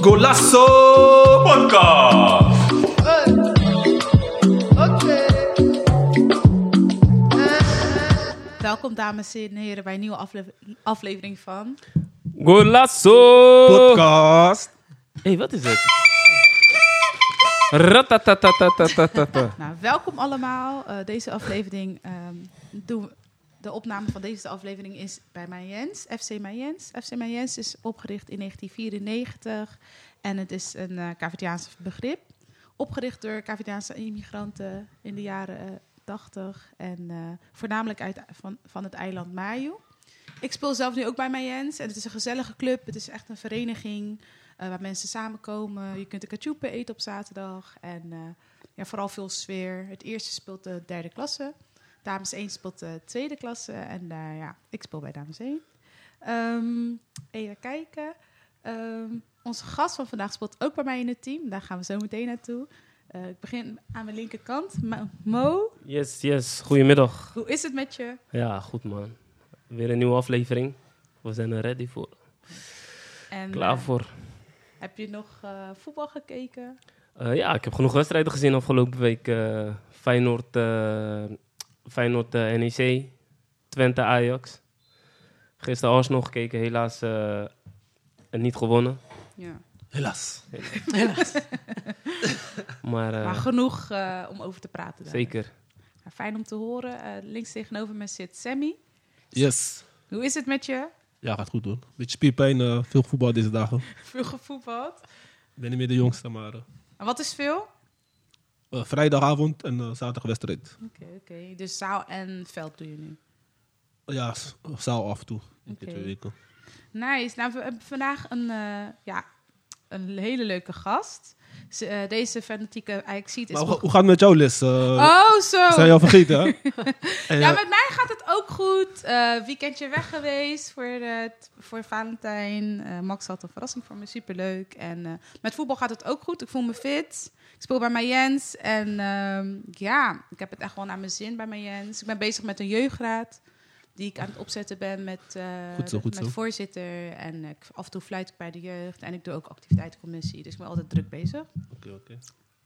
Golasso Podcast. Welkom dames en heren bij een nieuwe afle- aflevering van... Golasso! Podcast. Hé, hey, wat is het? Ratatatatatata. Nou, welkom allemaal. Eh, deze aflevering ehm, doen we- De opname van deze aflevering is bij Mijn Jens, FC Mijn Jens. FC Mijn Jens is opgericht in 1994 en het is een eh Cavadiaanse begrip. Opgericht door Cavadiaanse immigranten in de jaren eh, 80 en eh, voornamelijk uit, van, van het eiland Mayu. Ik speel zelf nu ook bij Mijn Jens en het is een gezellige club. Het is echt een vereniging eh, waar mensen samenkomen. Je kunt de kachoepen eten op zaterdag en eh, ja, vooral veel sfeer. Het eerste speelt de derde klasse. Dames 1 speelt de tweede klasse. En eh, ja, ik speel bij dames 1. Ehm even kijken. Ehm, onze gast van vandaag speelt ook bij mij in het team. Daar gaan we zo meteen naartoe. Eh, ik begin aan mijn linkerkant. Ma- Mo, Yes, yes. Goedemiddag. hoe is het met je? Ja, goed man. Weer een nieuwe aflevering. We zijn er ready voor. En, Klaar eh, voor. heb je nog eh, voetbal gekeken? Eh, ja, ik heb genoeg wedstrijden gezien afgelopen week. Eh, Feyenoord, eh, Feyenoord eh, NEC, Twente Ajax. Gisteren Arsenal gekeken, helaas eh, niet gewonnen. Ja. Helaas. Maar, eh, Maar genoeg eh, om over te praten. daar. zeker. Nou, fijn om te horen. Eh, links tegenover me zit Sammy. Yes. Hoe is het met je? Ja, gaat goed hoor. Beetje spierpijn, eh, veel voetbal deze dagen. Veel gevoetbald. Ik ben niet meer de jongste, maar eh, En wat is veel? eh, vrijdagavond en eh, zaterdag wedstrijd. Oké, oké. Dus zaal en veld doe je nu. ja, s- eh, zaal af en toe. Een keer Oké. twee weken. Nice. Nou, we hebben vandaag een, eh, ja, een hele leuke gast. Ze, eh, deze fanatieke Ajaxiet is... Maar hoe, beg- hoe gaat het met jouw les? eh oh, zo! Zijn je al vergeten, hè? En, Ja, eh, met mij gaat het ook goed. Eh, weekendje weg geweest voor, de, voor Valentijn. Eh, Max had een verrassing voor me, superleuk. En eh, met voetbal gaat het ook goed. Ik voel me fit. Ik speel bij mijn Jens. En ehm, ja, ik heb het echt wel naar mijn zin bij mijn Jens. Ik ben bezig met een jeugdraad. Die ik aan het opzetten ben met, eh, Goed zo, goed met zo. voorzitter. En ik, af en toe fluit ik bij de jeugd. En ik doe ook activiteitencommissie. Dus ik ben altijd druk bezig. oké, oké.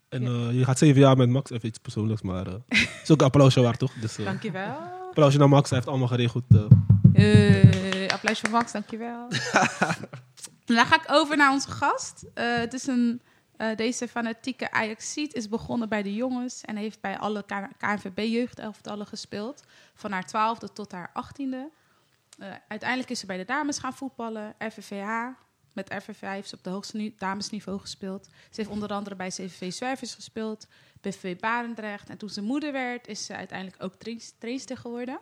En eh, je gaat zeven jaar met Max, even iets persoonlijks, maar eh, is ook een applausje waard, toch? Dus eh, Dankjewel. applausje naar Max, hij heeft allemaal geregeld. eh. Eh, applaus voor Max, dankjewel. En dan ga ik over naar onze gast. Eh, het is een, eh, deze fanatieke Ajaxiet is begonnen bij de jongens en heeft bij alle KNVB-jeugdelftallen gespeeld. Van haar twaalfde tot haar achttiende. Eh, uiteindelijk is ze bij de dames gaan voetballen, RVVH. Met RVVH heeft ze op de hoogste ni- damesniveau gespeeld. Ze heeft onder andere bij CVV Zwervers gespeeld, BVV Barendrecht. En toen ze moeder werd, is ze uiteindelijk ook trains- trainster geworden.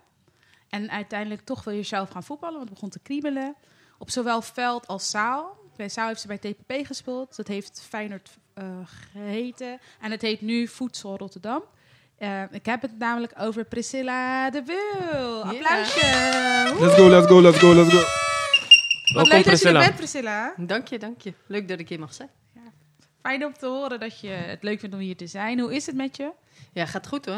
En uiteindelijk toch wil je zelf gaan voetballen, want het begon te kriebelen. Op zowel veld als zaal. Bij zaal heeft ze bij TPP gespeeld. Dat heeft Feyenoord eh, geheten. En het heet nu Voedsel Rotterdam. Eh, ik heb het namelijk over Priscilla de Wil. Applausje! Woe! Let's go, let's go, let's go, let's go. Wat Welkom leuk dat je er Priscilla. bent, Priscilla. Dank je, dank je. Leuk dat ik hier mag zijn. Fijn om te horen dat je het leuk vindt om hier te zijn. Hoe is het met je? Ja, gaat goed hoor.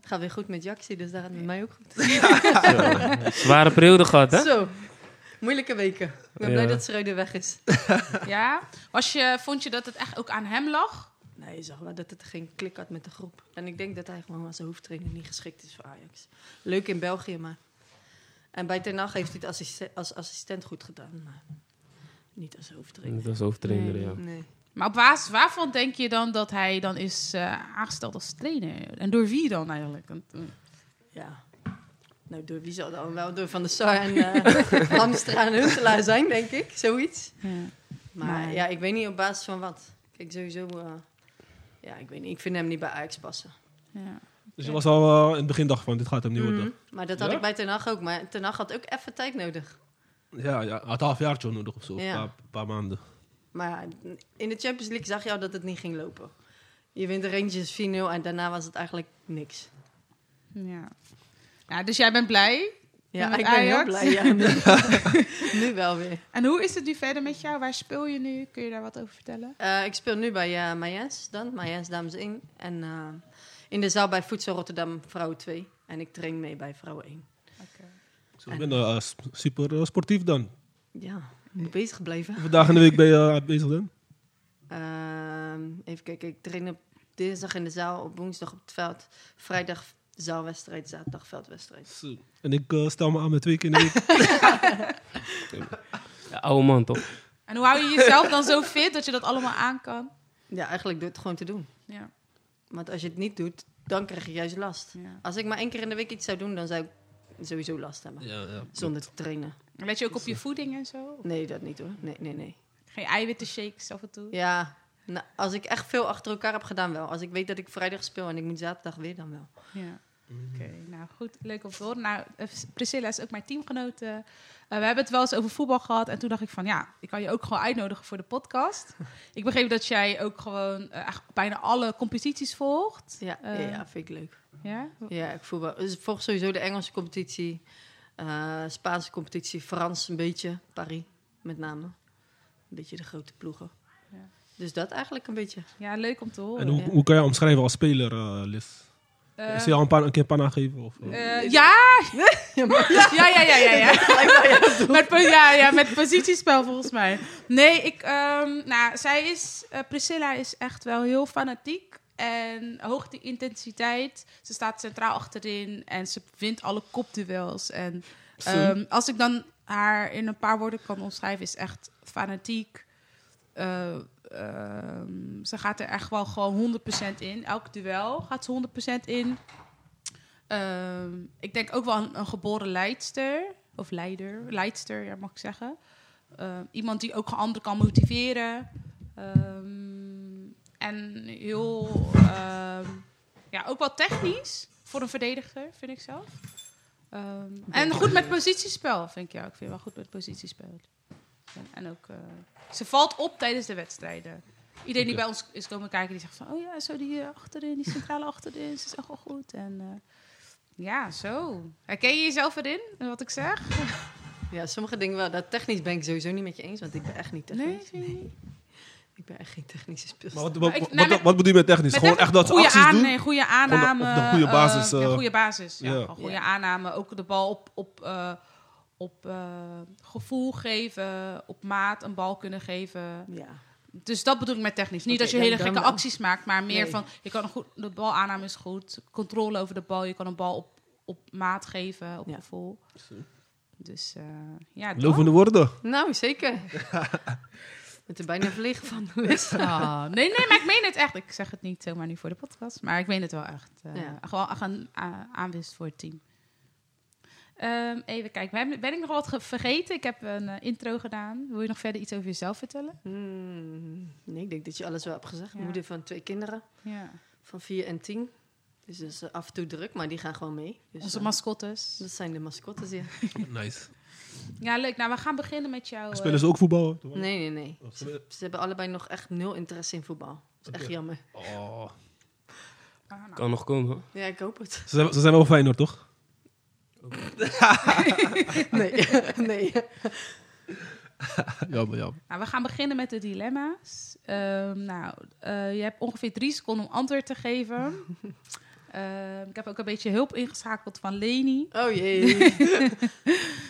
Het gaat weer goed met Jaxie, dus daar gaat het met mij ook goed. Zo, Zware periode gehad, hè? Zo, moeilijke weken. Ik ben Ja. blij dat Schreuder weg is. Ja? Was je, vond je dat het echt ook aan hem lag? Nee, je zag wel dat het geen klik had met de groep. En ik denk dat hij gewoon als hoofdtrainer niet geschikt is voor Ajax. Leuk in België, maar... En bij Ten Hag heeft hij het assiste- als assistent goed gedaan, maar niet als hoofdtrainer. Dat is hoofdtrainer, ja. Nee. Maar op basis waarvan denk je dan dat hij dan is eh, aangesteld als trainer? En door wie dan eigenlijk? Want, eh, Ja. Nou, door wie zal dan wel? Door Van der Sar en eh Hamstra en Huntelaar zijn, denk ik. Zoiets. Maar Maar- ja, ik weet niet op basis van wat. Kijk, sowieso... eh, ja, ik weet niet. Ik vind hem niet bij Ajax passen. ja. Dus je was al eh, in het begindag van, dit gaat hem niet Mhm. worden. Maar dat had Ja? ik bij Ten Hag ook. Maar Ten Hag had ook even tijd nodig. Ja, ja, had een halfjaartje nodig of zo, een Ja. paar, paar maanden. Maar ja, in de Champions League zag je al dat het niet ging lopen. Je wint de Rangers 4-0 en daarna was het eigenlijk niks. Ja. Ja, dus jij bent blij. Ja, met ik ben heel Ajax? blij. Ja, nu, nu wel weer. En hoe is het nu verder met jou? Waar speel je nu? Kun je daar wat over vertellen? Eh, ik speel nu bij eh Mayens dan, Mayens Dames in. En eh, in de zaal bij Voedsel Rotterdam, vrouw 2. En ik train mee bij vrouw 1. Zo, ik ben eh, s- super eh, sportief dan. Ja, moet bezig blijven. Hoeveel dagen in de week ben je eh, bezig dan? Ehm, even kijken, ik train op dinsdag in de zaal, op woensdag op het veld. Vrijdag zaalwedstrijd, zaterdag veldwedstrijd. Zo. En ik eh, stel me aan met twee keer in de week. Ja, oude man, toch? En hoe hou je jezelf dan zo fit dat je dat allemaal aan kan? Ja, eigenlijk door het gewoon te doen. Ja, Want als je het niet doet, dan krijg je juist last. ja. Als ik maar één keer in de week iets zou doen, dan zou ik sowieso last hebben. ja, ja. Zonder te trainen. En Let je ook op je voeding en zo? Nee, dat niet hoor. Nee, nee, nee. Geen eiwitten shakes af en toe? Ja, nou, als ik echt veel achter elkaar heb gedaan, wel. Als ik weet dat ik vrijdag speel en ik moet zaterdag weer, dan wel. Ja. Oké, nou goed, leuk om te horen. Nou, eh, Priscilla is ook mijn teamgenote. Eh, we hebben het wel eens over voetbal gehad. En toen dacht ik van, ja, ik kan je ook gewoon uitnodigen voor de podcast. ik begreep dat jij ook gewoon eh, eigenlijk bijna alle competities volgt. Ja, Eh. ja vind ik leuk. Ja? Ja, ik voetbal. Dus ik volg sowieso de Engelse competitie, eh, Spaanse competitie, Frans een beetje, Paris met name. Een beetje de grote ploegen. Ja. Dus dat eigenlijk een beetje. ja, leuk om te horen. En hoe, Ja. hoe kan jij omschrijven als speler, eh Liz? Eh, Is je al een, paar, een keer een pan aangeven? Of, eh? eh, ja! ja, ja, ja, ja, ja. met, po- ja, ja, met positiespel volgens mij. Nee, ik, ehm, nou, zij is, eh, Priscilla is echt wel heel fanatiek en hoog die intensiteit. Ze staat centraal achterin en ze wint alle kopduels. En Zo. ehm, als ik dan haar in een paar woorden kan omschrijven, is echt fanatiek. Eh, ehm, ze gaat er echt wel gewoon 100% in. Elk duel gaat ze 100% in. Ehm, ik denk ook wel een, een geboren leidster. Of leider, leidster, ja, mag ik zeggen. Ehm, iemand die ook anderen kan motiveren. Ehm, en heel, ehm, ja, ook wel technisch voor een verdediger, vind ik zelf. Ehm, en goed met positiespel, vind ik ja. Ik vind wel goed met positiespel. En, en ook, eh, ze valt op tijdens de wedstrijden. Iedereen die Oké. bij ons is komen kijken, die zegt van... Oh ja, zo die eh, achterin, die centrale achterin, ze is echt wel goed. En eh, ja, zo. Herken je jezelf erin, in wat ik zeg? Ja, sommige dingen wel. Dat technisch ben ik sowieso niet met je eens, want ik ben echt niet technisch. vind je niet? Ik ben echt geen technische maar speelster. wat, wat, ik- wat, nou, wat, met- bedoel je met technisch? Met Gewoon echt dat ze goede acties doen? aanname, goede aanname. Op de- op de goede eh, basis, ja, eh. goede basis. Ja, Ja. gewoon goede Ja. aanname. Ook de bal op, op, eh, op eh, gevoel geven, op maat een bal kunnen geven. Ja. Dus dat bedoel ik met technisch. Niet Oké, dat je dan- hele dan gekke wel. acties maakt, maar meer Nee. van je kan een goed, de bal aanname is goed, controle over de bal, je kan een bal op, op maat geven, op Ja. gevoel. Dus eh ja, dat. Lovende woorden. Nou, zeker. Ik ben er bijna verlegen van. Dus. Ah, nee, nee, maar ik meen het echt. Ik zeg het niet zomaar nu voor de podcast, maar ik meen het wel echt. Eh, Ja. Gewoon echt een a- aanwinst voor het team. Ehm, even kijken, ben, ben ik nog wat ge- vergeten? Ik heb een eh, intro gedaan. Wil je nog verder iets over jezelf vertellen? Hmm, nee, ik denk dat je alles wel hebt gezegd. Ja. Moeder van twee kinderen, Ja. van vier en tien. Dus dat is eh, af en toe druk, maar die gaan gewoon mee. Dus, Onze eh, mascottes. dat zijn de mascottes, ja. Nice. Ja, leuk. Nou, we gaan beginnen met jou. eh, Spelen ze ook voetbal? Nee, nee, nee. Wat Ze, gebeurt- ze hebben allebei nog echt nul interesse in voetbal. Dat is echt Oké. jammer. Oh. ah, nou. Kan nog komen. hoor. Ja, ik hoop het. Ze, zijn, ze zijn wel Feyenoord, toch? Nee, nee. Jammer, jammer. Nou, we gaan beginnen met de dilemma's. Ehm, nou, eh, je hebt ongeveer drie seconden om antwoord te geven. Ehm, ik heb ook een beetje hulp ingeschakeld van Leni. Oh jee.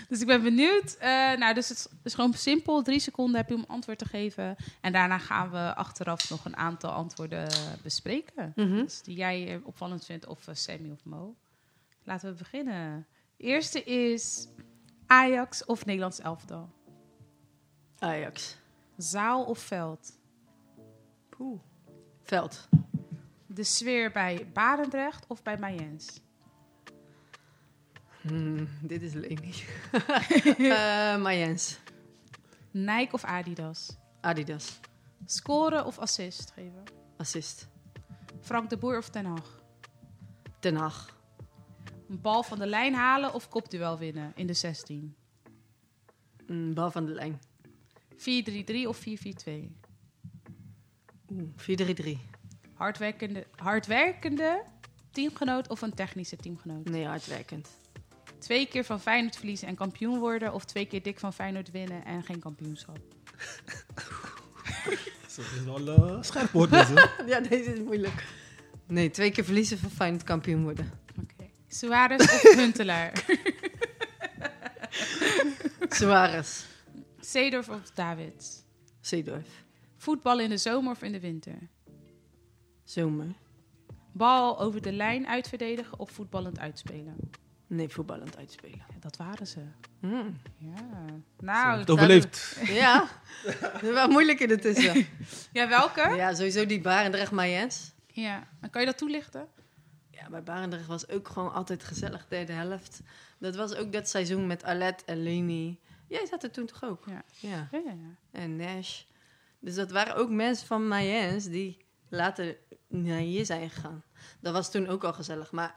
Dus ik ben benieuwd. Eh, nou, dus het is gewoon simpel. Drie seconden heb je om antwoord te geven. En daarna gaan we achteraf nog een aantal antwoorden bespreken. Mhm. Dus die jij eh, opvallend vindt, of eh, Sammy of Mo. Laten we beginnen. Eerste is Ajax of Nederlands elftal? Ajax. Zaal of veld? Poeh. Veld. De sfeer bij Barendrecht of bij Mayens? Hmm, dit is Leni. Eh Mayens. Nike of Adidas? Adidas. Scoren of assist geven? Assist. Frank de Boer of Ten Hag? Ten Hag. Een bal van de lijn halen of kopduel winnen in de 16? Hmm, bal van de lijn. 4-3-3 of 4-4-2? Oeh, 4-3-3. Hardwerkende, hardwerkende teamgenoot of een technische teamgenoot? Nee, hardwerkend. Twee keer van Feyenoord verliezen en kampioen worden... of twee keer dik van Feyenoord winnen en geen kampioenschap? Ze is wel eh, scherp, hoor. deze. Ja, deze is moeilijk. Nee, twee keer verliezen van Feyenoord kampioen worden. Oké. Suarez of Huntelaar? Suarez, Seedorf of Davids? Zeedorf, Voetbal in de zomer of in de winter? Zomer. Bal over de lijn uitverdedigen of voetballend uitspelen? Nee, voetballend uitspelen. Ja, dat waren ze. Hmm. Ja. Het Nou, overleeft. Ja, wel moeilijk in het tussen. ja, welke? Ja, sowieso die Barendrecht Mayens. Ja. En kan je dat toelichten? Ja, bij Barendrecht was ook gewoon altijd gezellig, derde helft. Dat was ook dat seizoen met Alet en Leni. Jij zat er toen toch ook? Ja. Ja, Ja, ja, ja. en Nash. Dus dat waren ook mensen van Mayens die later naar hier zijn gegaan. Dat was toen ook al gezellig, maar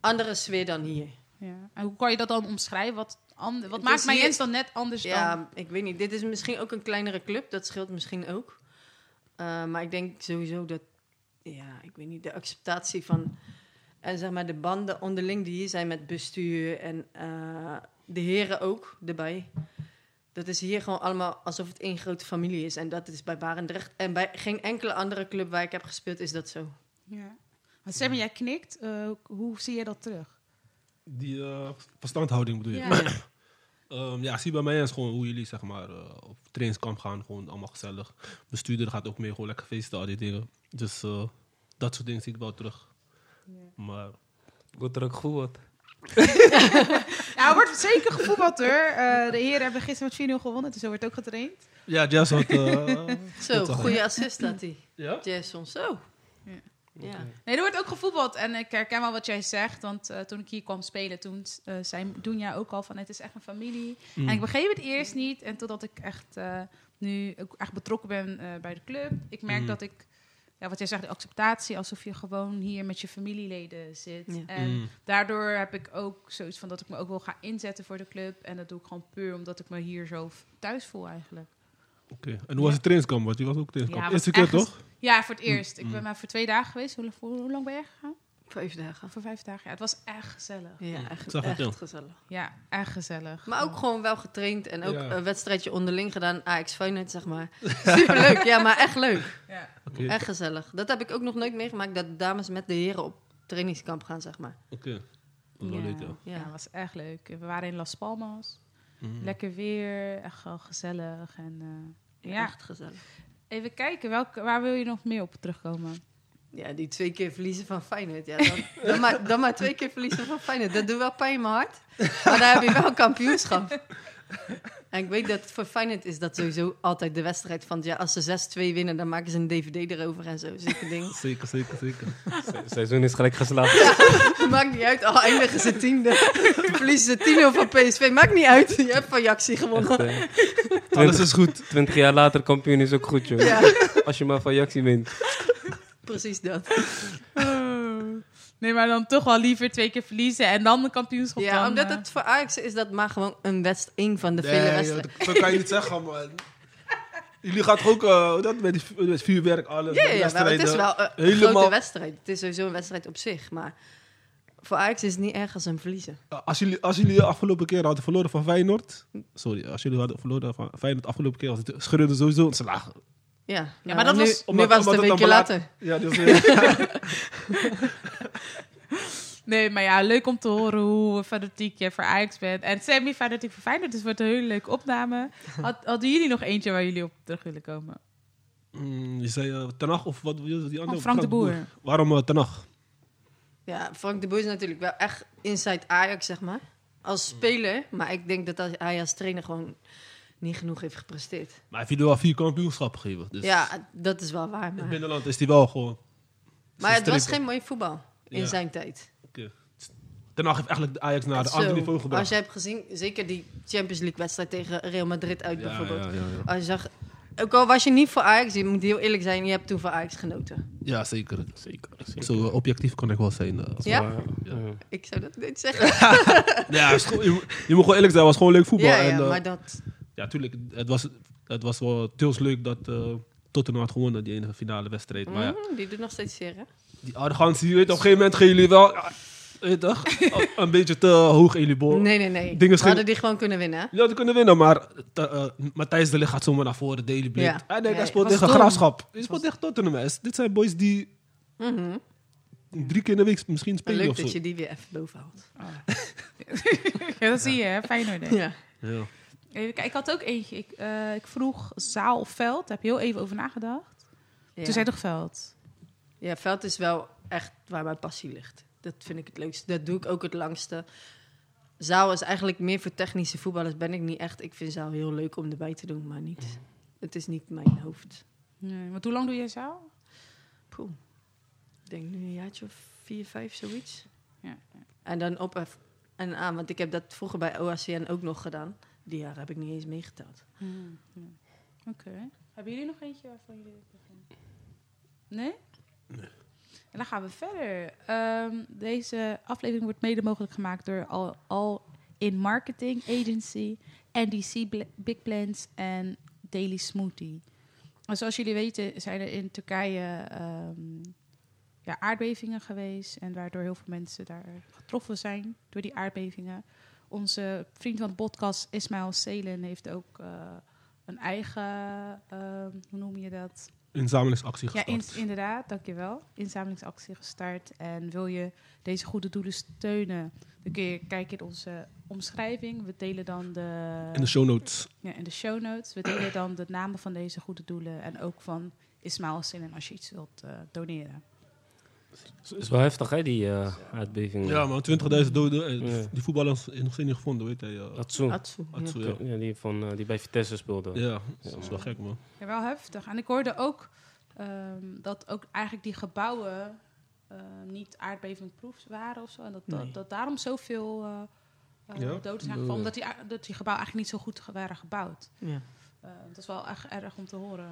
andere sfeer dan hier. ja. En hoe kan je dat dan omschrijven? Wat, ander, wat Het maakt is mijn hier- Jens dan net anders dan... Ja, ik weet niet. Dit is misschien ook een kleinere club. Dat scheelt misschien ook. Uh, maar ik denk sowieso dat... Ja, ik weet niet. De acceptatie van... En zeg maar de banden onderling die hier zijn met bestuur en eh, de heren ook erbij. Dat is hier gewoon allemaal alsof het één grote familie is. En dat is bij Barendrecht. En bij geen enkele andere club waar ik heb gespeeld is dat zo. Ja. Want Sammy, jij knikt. Eh, hoe zie je dat terug? Die eh, verstandhouding bedoel je? Ja, ja. Ehm, ja, zie bij mij is gewoon hoe jullie zeg maar, eh, op trainingskamp gaan. Gewoon allemaal gezellig. Bestuurder gaat ook mee, gewoon lekker feesten, al die dingen. Dus eh, dat soort dingen zie ik wel terug. Maar Wordt er ook goed wat. Nou, er wordt zeker gevoetbald hoor. Eh, de heren hebben gisteren met 4-0 gewonnen, dus er wordt ook getraind. ja, Jazz had... eh, Zo, goed al. goede assist had hij. Ja? Jason, zo. Ja. Ja. Nee, er wordt ook gevoetbald. En ik herken wel wat jij zegt, want eh, toen ik hier kwam spelen, toen eh zei Doenja ook al van het is echt een familie. Mm. En ik begreep het eerst niet. En totdat ik echt eh, nu ook echt betrokken ben eh, bij de club. Ik merk Mm. dat ik, ja, wat jij zegt, de acceptatie, alsof je gewoon hier met je familieleden zit. Ja. En Mm. daardoor heb ik ook zoiets van dat ik me ook wil gaan inzetten voor de club. En dat doe ik gewoon puur omdat ik me hier zo thuis voel eigenlijk. Oké, en hoe was het trainingskamp? Want je was ook trainingskamp. Ja, Eerste was keer echt- toch? Ja, voor het eerst. Ik mm. ben maar voor twee dagen geweest. Hoe, hoe, hoe lang ben jij gegaan? Vijf dagen. Voor vijf dagen. Ja, het was echt gezellig. Ja, echt, zag het wel. echt gezellig. Ja, echt gezellig. Maar ook gewoon wel getraind en ook Ja. een wedstrijdje onderling gedaan. Ah, AX Feyenoord, zeg maar. Superleuk, ja, maar echt leuk. Ja. Oké, Echt gezellig. Dat heb ik ook nog nooit meegemaakt, dat de dames met de heren op trainingskamp gaan, zeg maar. oké. Dat is wel leuk, ja. Ja. Ja, was echt leuk. We waren in Las Palmas. Mm. Lekker weer, echt wel gezellig. En, eh, ja. Echt gezellig. Even kijken, welke, waar wil je nog meer op terugkomen? Ja, die twee keer verliezen van Feyenoord. Ja, dan, dan, maar, dan maar twee keer verliezen van Feyenoord. Dat doet wel pijn in mijn hart. Maar daar heb je wel kampioenschap. En ik weet dat voor Feyenoord is dat sowieso altijd de wedstrijd van... Ja, als ze 6-2 winnen, dan maken ze een DVD erover en zo. Zulke dingen. Zeker, zeker, zeker. Se- seizoen is gelijk geslaagd. Maakt niet uit, al eindigen ze tiende. Verliezen ze tiende van PSV. Maakt niet uit, je hebt van Jaxi gewonnen. Echt, eh, Alles is goed. 20 jaar later kampioen is ook goed, joh. Ja, Als je maar van Jaxi wint. precies dat. nee, maar dan toch wel liever twee keer verliezen en dan eh, de kampioenschap. Ja, omdat het voor Ajax is dat maar gewoon een wedst één van de vele Nee, joh, wedstrijden. dat dat kan je niet zeggen, man. Jullie gaan toch ook eh, dat met, die, vu- met vuurwerk, alles. Ja, met ja, maar het is wedstrijden. wel een helemaal- grote wedstrijd. Het is sowieso een wedstrijd op zich, maar voor Ajax is het niet erg als een verliezen. Eh, Als jullie, als jullie afgelopen keer hadden verloren van Feyenoord... Sorry, als jullie hadden verloren van Feyenoord afgelopen keer... was het- scheurde sowieso een slaag. Ja, maar nou, dat nu, was- nu was het een weekje later. Ja, dus, eh, Nee, maar ja, leuk om te horen hoe fanatiek je voor Ajax bent. En Sammy fanatiek voor Feyenoord, dus het wordt een hele leuke opname. Had, hadden jullie nog eentje waar jullie op terug willen komen? mm, je zei eh, Ten Hag of wat wil je die andere? Oh, Van Oh, Frank de Boer. Waarom eh, Ten Hag? Ja, Frank de Boer is natuurlijk wel echt inside Ajax, zeg maar. Als Mm. speler, maar ik denk dat als- hij als trainer gewoon niet genoeg heeft gepresteerd. Maar hij heeft jullie wel vier kampioenschappen gegeven. Dus Ja, dat is wel waar. In het Maar, binnenland is hij wel gewoon... maar het was strepen. geen mooi voetbal in Ja. zijn tijd. Ten Hag heeft eigenlijk de Ajax naar een Zo, ander niveau gebracht. Als je hebt gezien, zeker die Champions League wedstrijd tegen Real Madrid uit Ja, bijvoorbeeld. ja, ja, ja. Als je zag, ook al was je niet voor Ajax, je moet heel eerlijk zijn, je hebt toen voor Ajax genoten. Ja, zeker. Zeker. Zo eh, objectief kan ik wel zijn. eh. Ja? Ja. Ik zou dat niet zeggen. Ja, is gewoon- je, moet- je moet gewoon eerlijk zijn, het was gewoon leuk voetbal. ja, ja, en, eh, maar dat... ja, tuurlijk, het was, het was wel teels leuk dat eh Tottenham had gewonnen, die enige finale wedstrijd. Maar ja, Mm, die doet nog steeds zeer, hè? die arrogantie, je weet, op een gegeven moment gaan jullie wel ja, weet je toch, een beetje te hoog in jullie bol. Nee, nee, nee. Oh, Dingen We schelen- hadden die gewoon kunnen winnen, hè? Jullie hadden kunnen winnen, maar te- eh, Matthijs de Ligt gaat zomaar naar voren, Daily Blind. Ah, Ja. Hij denkt, Nee, hij speelt was tegen dom. Graafschap. Hij speelt tegen Tottenham. hè. Dit zijn boys die Mhm. drie keer in de week misschien Maar spelen leuk of zo. dat je die weer even boven houdt. ja, dat zie je, hè? Feyenoord. hè? Ja. Ja. Even kijken, ik had ook eentje. Ik, eh, ik vroeg zaal of veld. Daar heb je heel even over nagedacht. Ja. Toen zei toch veld. ja, veld is wel echt waar mijn passie ligt. Dat vind ik het leukste. Dat doe ik ook het langste. Zaal is eigenlijk meer voor technische voetballers. Ben ik niet echt. Ik vind zaal heel leuk om erbij te doen, maar niet. Het is niet mijn hoofd. Nee, want hoe lang doe jij zaal? Poeh. Ik denk nu een jaartje of vier, vijf, zoiets. Ja, En dan op en- en aan, want ik heb dat vroeger bij OACN ook nog gedaan. Die jaren heb ik niet eens meegeteld. Hm, Oké. Hebben jullie nog eentje waarvan jullie het beginnen? Nee? Nee. En dan gaan we verder. Ehm, deze aflevering wordt mede mogelijk gemaakt door Al, Al in Marketing Agency, NDC Bl- Big Plans en Daily Smoothie. En zoals jullie weten zijn er in Turkije ehm, ja, aardbevingen geweest. En waardoor heel veel mensen daar getroffen zijn door die aardbevingen. Onze vriend van de podcast, Ismail Selen, heeft ook... eh, een eigen, ehm, hoe noem je dat? Inzamelingsactie Ja, gestart. in, inderdaad, dankjewel. Inzamelingsactie gestart. En wil je deze goede doelen steunen, dan kun je kijken in onze omschrijving. We delen dan de, in de show notes. ja, in de show notes. We delen dan de namen van deze goede doelen en ook van Ismail Sinnen als je iets wilt eh, doneren. Het is wel heftig, hè, die eh, aardbeving. Ja, maar 20.000 doden. eh, Ja. Die voetballers is nog steeds niet gevonden, weet hij. eh. Atsu. Atsu, ja. Atsu, ja. Ja, die, van, eh, die bij Vitesse speelde. Ja, dat is wel gek, man. Ja, wel heftig. En ik hoorde ook ehm, dat ook eigenlijk die gebouwen eh, niet aardbevingproef waren of zo. En dat, Nee. dat, dat daarom zoveel eh eh, Ja. doden zijn gevallen. Omdat die, a- dat die gebouwen eigenlijk niet zo goed ge- waren gebouwd. Ja. Eh, dat is wel echt erg om te horen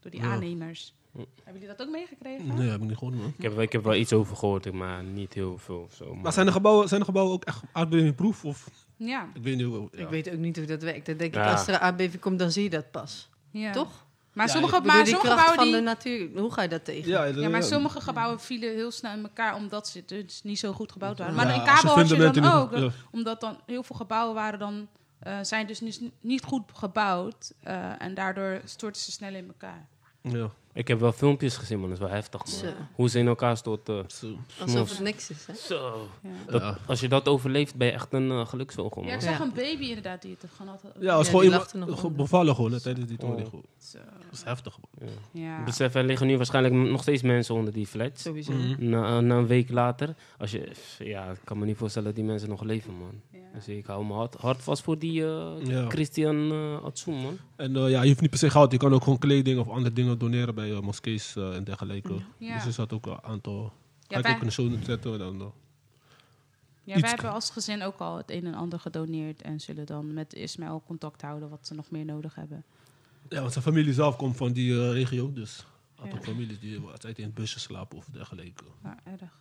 door die Ja. aannemers. Hebben jullie dat ook meegekregen? Nee, heb ik niet gehoord, man. Ik, heb, ik heb wel iets over gehoord, maar niet heel veel. of Zo, Maar zijn de gebouwen, zijn de gebouwen ook echt aardbevingproef? Of Ja. ik weet niet hoe. ja. Ik weet ook niet hoe dat werkt. Dan denk Ja. ik, als er een aardbeving komt, dan zie je dat pas. ja. Toch? Maar Ja, sommige, ik Maar maar de sommige kracht gebouwen van die, de natuur, hoe ga je dat tegen? Ja, Ja, maar ja. sommige gebouwen vielen heel snel in elkaar omdat ze dus niet zo goed gebouwd waren. Maar Ja, in als je Kabel had je fundamenten dan ook. niet goed- Omdat dan heel veel gebouwen waren dan, eh, zijn dus niet- niet goed gebouwd. eh, en daardoor storten ze snel in elkaar. Ja, Ik heb wel filmpjes gezien, man. Dat is wel heftig, man. Zo. Hoe ze in elkaar storten. zo. Alsof het niks is. Hè? Zo. Ja. Dat, Ja. Als je dat overleeft, ben je echt een eh, geluksvogel, man. Ja, ik zag Ja. een baby inderdaad die het er gewoon had. Ja, als Ja, gewoon die lacht er iemand nog ge- onder. bevallen gewoon hè, tijdens die toren. Oh. gewoon. Zo, Dat is heftig. man. ja. Besef, er liggen nu waarschijnlijk nog steeds mensen onder die flats. Sowieso. Na, na een week later, als je, pff, ja, ik kan me niet voorstellen dat die mensen nog leven, man. Ja. Dus ik hou me hard, hard vast voor die eh, Ja. Christian eh Atsu, man. En eh, ja, je hoeft niet per se goud. Je kan ook gewoon kleding of andere dingen doneren bij eh, moskees eh, en dergelijke. Ja. Dus er zat ook een aantal... Ga ik wij- ook in de show zetten. en Dan, eh, Ja, iets wij kan. hebben als gezin ook al het een en ander gedoneerd. En zullen dan met Ismaël contact houden wat ze nog meer nodig hebben. Ja, want zijn familie zelf komt van die eh, regio. Dus een aantal Ja. families die eh, altijd in busjes slapen of dergelijke. Ja, erg.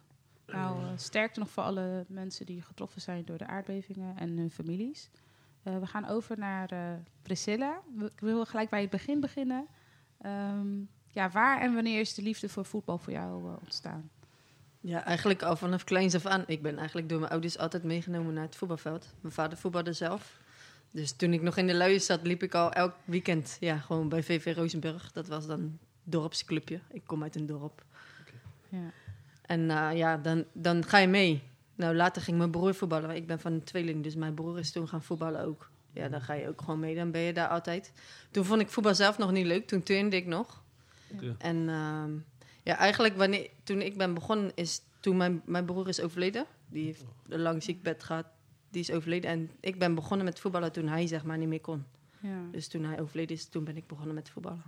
Nou, eh, sterkte nog voor alle mensen die getroffen zijn door de aardbevingen en hun families. Eh, we gaan over naar eh, Priscilla. We- Ik wil gelijk bij het begin beginnen. Ehm, ja, waar en wanneer is de liefde voor voetbal voor jou eh, ontstaan? Ja, eigenlijk al vanaf kleins af aan. Ik ben eigenlijk door mijn ouders altijd meegenomen naar het voetbalveld. Mijn vader voetbalde zelf. Dus toen ik nog in de luien zat, liep ik al elk weekend ja, gewoon bij VV Rozenburg. Dat was dan een dorpsclubje. Ik kom uit een dorp. Ja. En eh, ja, dan, dan ga je mee. Nou, later ging mijn broer voetballen. Ik ben van een tweeling, dus mijn broer is toen gaan voetballen ook. Ja, dan ga je ook gewoon mee. Dan ben je daar altijd. Toen vond ik voetbal zelf nog niet leuk. Toen turnde ik nog. Oké. En ehm, ja, eigenlijk wanneer, toen ik ben begonnen is toen mijn, mijn broer is overleden. Die heeft een lang ziekbed gehad. Die is overleden. En ik ben begonnen met voetballen toen hij zeg maar niet meer kon. Ja, Dus toen hij overleden is, toen ben ik begonnen met voetballen.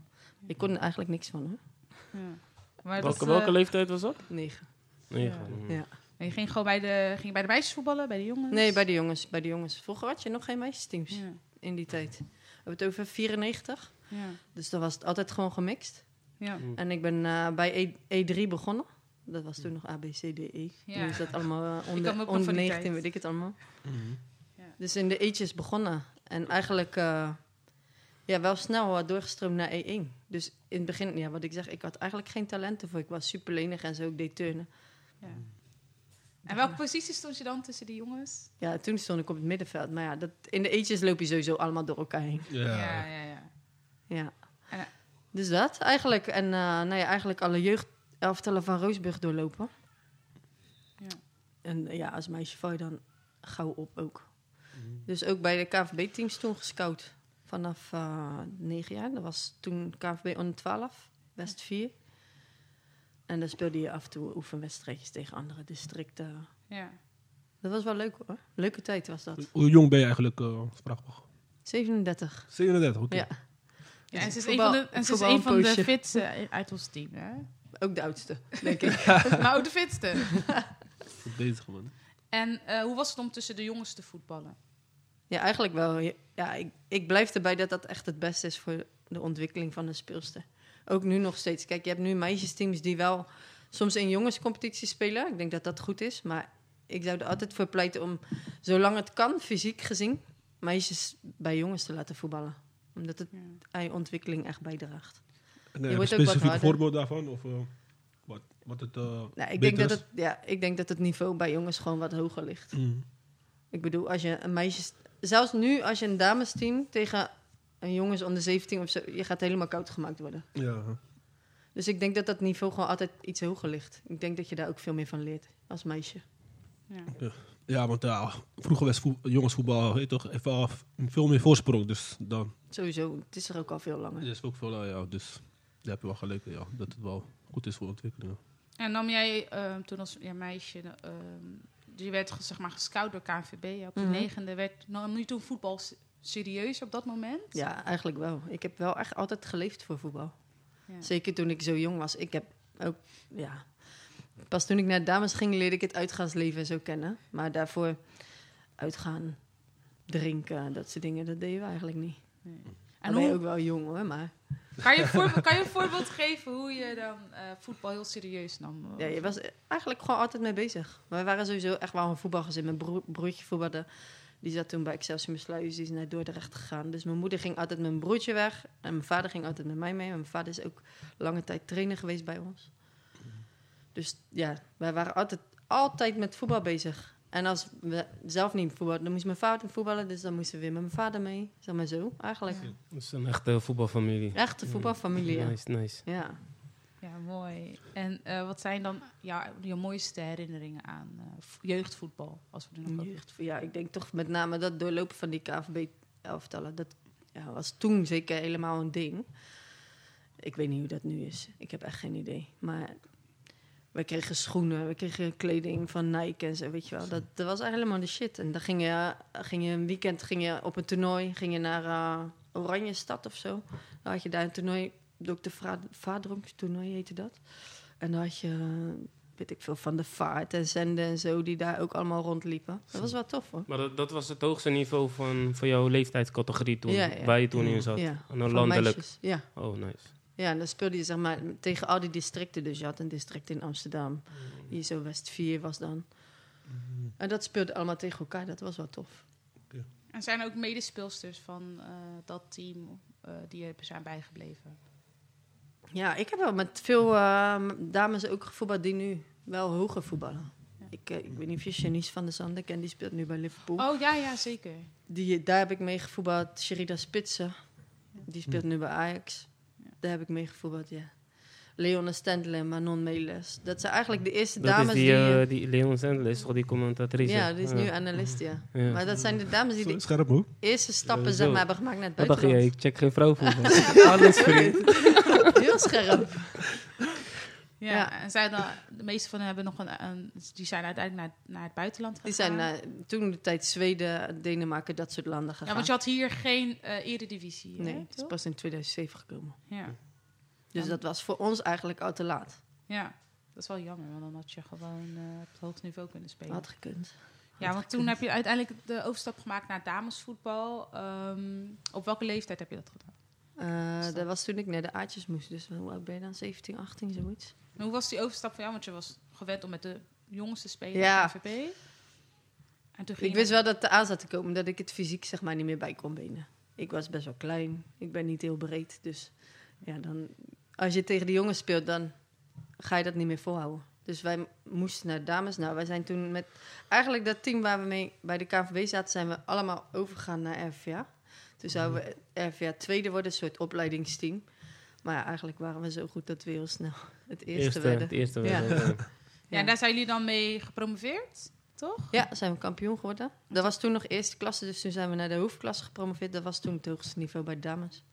Ik kon er eigenlijk niks van hoor. ja. Maar dat, Welke, eh, welke leeftijd was dat? Negen. Negen. Ja. je ging gewoon bij de, ging je bij de meisjes voetballen, bij de jongens? Nee, bij de jongens. Bij de jongens. Vroeger had je nog geen meisjesteams Ja, in die tijd. We hebben het over 94. ja, Dus dan was het altijd gewoon gemixt. ja. En ik ben eh, bij E- E3 begonnen. Dat was toen nog ABCDE. Ja. E. Nu is dat allemaal eh, kan me ook onder, nog van onder die 19, tijd. weet ik het allemaal. Mhm. Ja. Dus in de eetjes begonnen. En eigenlijk eh, ja, wel snel eh, doorgestroomd naar E1. Dus in het begin, ja, wat ik zeg, ik had eigenlijk geen talenten voor. Ik was super lenig en zo, ik deed turnen. ja. En welke positie stond je dan tussen die jongens? Ja, toen stond ik op het middenveld. Maar ja, dat, in de eetjes loop je sowieso allemaal door elkaar heen. Ja. ja, ja. ja. Ja. En- dus dat eigenlijk. En eh, nou ja, eigenlijk alle jeugdelftellen van Roosburg doorlopen. En eh, ja, als meisje val je dan gauw op ook. Mhm. Dus ook bij de KVB-teams toen gescout. Vanaf eh, negen jaar. Dat was toen KVB onder 12, West 4. En dan speelde je af en toe oefenwedstrijdjes tegen andere districten. Ja. Dat was wel leuk hoor. Leuke tijd was dat. Hoe jong ben je eigenlijk, eh Spraakbach? 37. 37, oké. Ja, Ja, en ze is Voetbal- een van de, en ze is voetbal een van de poosje. fitste uit ons team, hè? ook de oudste, denk ik. maar ook de fitste. Goed bezig, man. En eh, hoe was het om tussen de jongens te voetballen? Ja, eigenlijk wel. Ja, ik, ik blijf erbij dat dat echt het beste is voor de ontwikkeling van een speelster. Ook nu nog steeds. Kijk, je hebt nu meisjesteams die wel soms in jongenscompetities spelen. Ik denk dat dat goed is. Maar ik zou er altijd voor pleiten om, zolang het kan, fysiek gezien, meisjes bij jongens te laten voetballen. Omdat het Ja. aan je ontwikkeling echt bijdraagt. En, eh, Je heb wordt je ook wat specifiek harder. voorbeeld daarvan? Of eh, wat, wat het... eh, Nou, ik, denk beter dat is? het, ja, ik denk dat het niveau bij jongens gewoon wat hoger ligt. Mhm. Ik bedoel, als je een meisjes... Zelfs nu, als je een damesteam tegen een jongens onder 17 of zo... Je gaat helemaal koud gemaakt worden. Ja. Dus ik denk dat dat niveau gewoon altijd iets hoger ligt. Ik denk dat je daar ook veel meer van leert als meisje. Ja. ja, want ja, vroeger was voe- jongensvoetbal, weet je toch, even af- veel meer voorsprong. Dus dan Sowieso, het is er ook al veel langer. is het ook veel, eh, ja, dus daar heb je wel gelijk, in, ja, dat het wel goed is voor ontwikkeling. En nam jij ehm, toen als ja, meisje, ehm, je werd ge- zeg maar gescout door KNVB, op je Mhm. negende werd, nam je toen voetbal s- serieus op dat moment? Ja, eigenlijk wel. Ik heb wel echt altijd geleefd voor voetbal. Ja. Zeker toen ik zo jong was. Ik heb ook, ja. Pas toen ik naar dames ging, leerde ik het uitgaansleven zo kennen. Maar daarvoor uitgaan, drinken, dat soort dingen, dat deden we eigenlijk niet. Nee. En En ben je hoe, ook wel jong hoor, maar... kan, je een voorbe- kan je een voorbeeld geven hoe je dan eh, voetbal heel serieus nam? Ja, je was eigenlijk gewoon altijd mee bezig. Wij waren sowieso echt wel een voetbalgezin. Mijn broer- broertje voetbalde. Die zat toen bij Excelsior Sluis. Die is naar Dordrecht gegaan. Dus mijn moeder ging altijd met mijn broertje weg. En mijn vader ging altijd met mij mee. En Mijn vader is ook lange tijd trainer geweest bij ons. Dus ja, wij waren altijd, altijd met voetbal bezig. En als we zelf niet voetbalden, dan moest mijn vader voetballen. Dus dan moesten we weer met mijn vader mee. Zeg maar zo, eigenlijk. Ja. Dat is een echte voetbalfamilie. Echt een voetbalfamilie. Ja. Nice, nice. ja. Ja, mooi. En eh, wat zijn dan ja, je mooiste herinneringen aan eh, v- jeugdvoetbal? Als we er nog over- Jeugd- ja, ik denk toch met name dat doorlopen van die KVB-elftallen. Dat ja, was toen zeker helemaal een ding. Ik weet niet hoe dat nu is. Ik heb echt geen idee. Maar we kregen schoenen, we kregen kleding van Nike en zo, weet je wel. Dat, dat was eigenlijk helemaal de shit. En dan ging je, ging je een weekend ging je op een toernooi, ging je naar eh Oranjestad of zo. Dan had je daar een toernooi, Dr. Vra- Vadrums toernooi heette dat. En dan had je, eh, weet ik veel, Van de Vaart en Zenden en zo, die daar ook allemaal rondliepen. Dat was wel tof hoor. Maar dat, dat was het hoogste niveau van, van jouw leeftijdscategorie toen, Ja, ja. waar je toen in zat. Ja, En van dan landelijk. meisjes. Ja. Oh, nice. Ja, en dan speelde je zeg maar tegen al die districten. Dus je had een district in Amsterdam. Mm. Hier zo West 4 was dan. Mm-hmm. En dat speelde allemaal tegen elkaar. Dat was wel tof. En zijn er ook medespeelsters van eh, dat team eh, die je zijn bijgebleven? Ja, ik heb wel met veel eh, dames ook gevoetbald die nu wel hoger voetballen. Ja. Ik, eh, ik weet niet of je Janice van der Zanden kent. Die speelt nu bij Liverpool. Oh ja, ja, zeker. Die, daar heb ik mee gevoetbald. Sherida Spitsen. Die speelt Hm. nu bij Ajax. Ja. Daar heb ik mee gevoetbald, ja. Leona Stendler, Manon Meles. Dat zijn eigenlijk de eerste Dat dames is die, die... eh, eh, die Leon Sandler, is toch die commentatrice? ja, die is nu analist, ja. Ja. Maar dat zijn de dames die de Scherp, hoor. eerste stappen Sowieso. zeg maar, hebben gemaakt naar het Wat dacht je? buitenland. Ik check geen vrouw voetbal. Alles vriend. Heel scherp. Ja, Ja. en zij dan, de meeste van hen hebben nog een, een- die zijn uiteindelijk naar, naar het buitenland gegaan. Die zijn eh, toen de tijd Zweden, Denemarken, dat soort landen ja, gegaan. want je had hier geen eh eredivisie. nee, hè, het is toch? pas in 2007 gekomen. Ja. Dus Ja. dat was voor ons eigenlijk al te laat. ja, dat is wel jammer, want dan had je gewoon eh, op het hoogste niveau kunnen spelen. Had gekund. ja, want toen heb je uiteindelijk de overstap gemaakt naar damesvoetbal. Ehm, op welke leeftijd heb je dat gedaan? Eh, Snap. dat was toen ik naar de aardjes moest. Dus hoe oud ben je dan? 17, 18, zoiets. En hoe was die overstap voor jou? Want je was gewend om met de jongens te spelen Ja. in de VVB. En toen ging Ik wist wel dat het aan zat te komen, dat ik het fysiek zeg maar niet meer bij kon benen. Ik was best wel klein, ik ben niet heel breed. Dus ja, dan, als je tegen de jongens speelt, dan ga je dat niet meer volhouden. Dus wij m- moesten naar dames. Nou, wij zijn toen met eigenlijk dat team waar we mee bij de KVB zaten, zijn we allemaal overgegaan naar RVA. Toen zouden we RVA tweede worden, een soort opleidingsteam. Maar ja, eigenlijk waren we zo goed dat we heel snel het eerste, werden. Het eerste Ja. werden. ja. Ja, en daar zijn jullie dan mee gepromoveerd, toch? Ja, zijn we kampioen geworden. Dat was toen nog eerste klasse, dus toen zijn we naar de hoofdklasse gepromoveerd. Dat was toen het hoogste niveau bij de dames.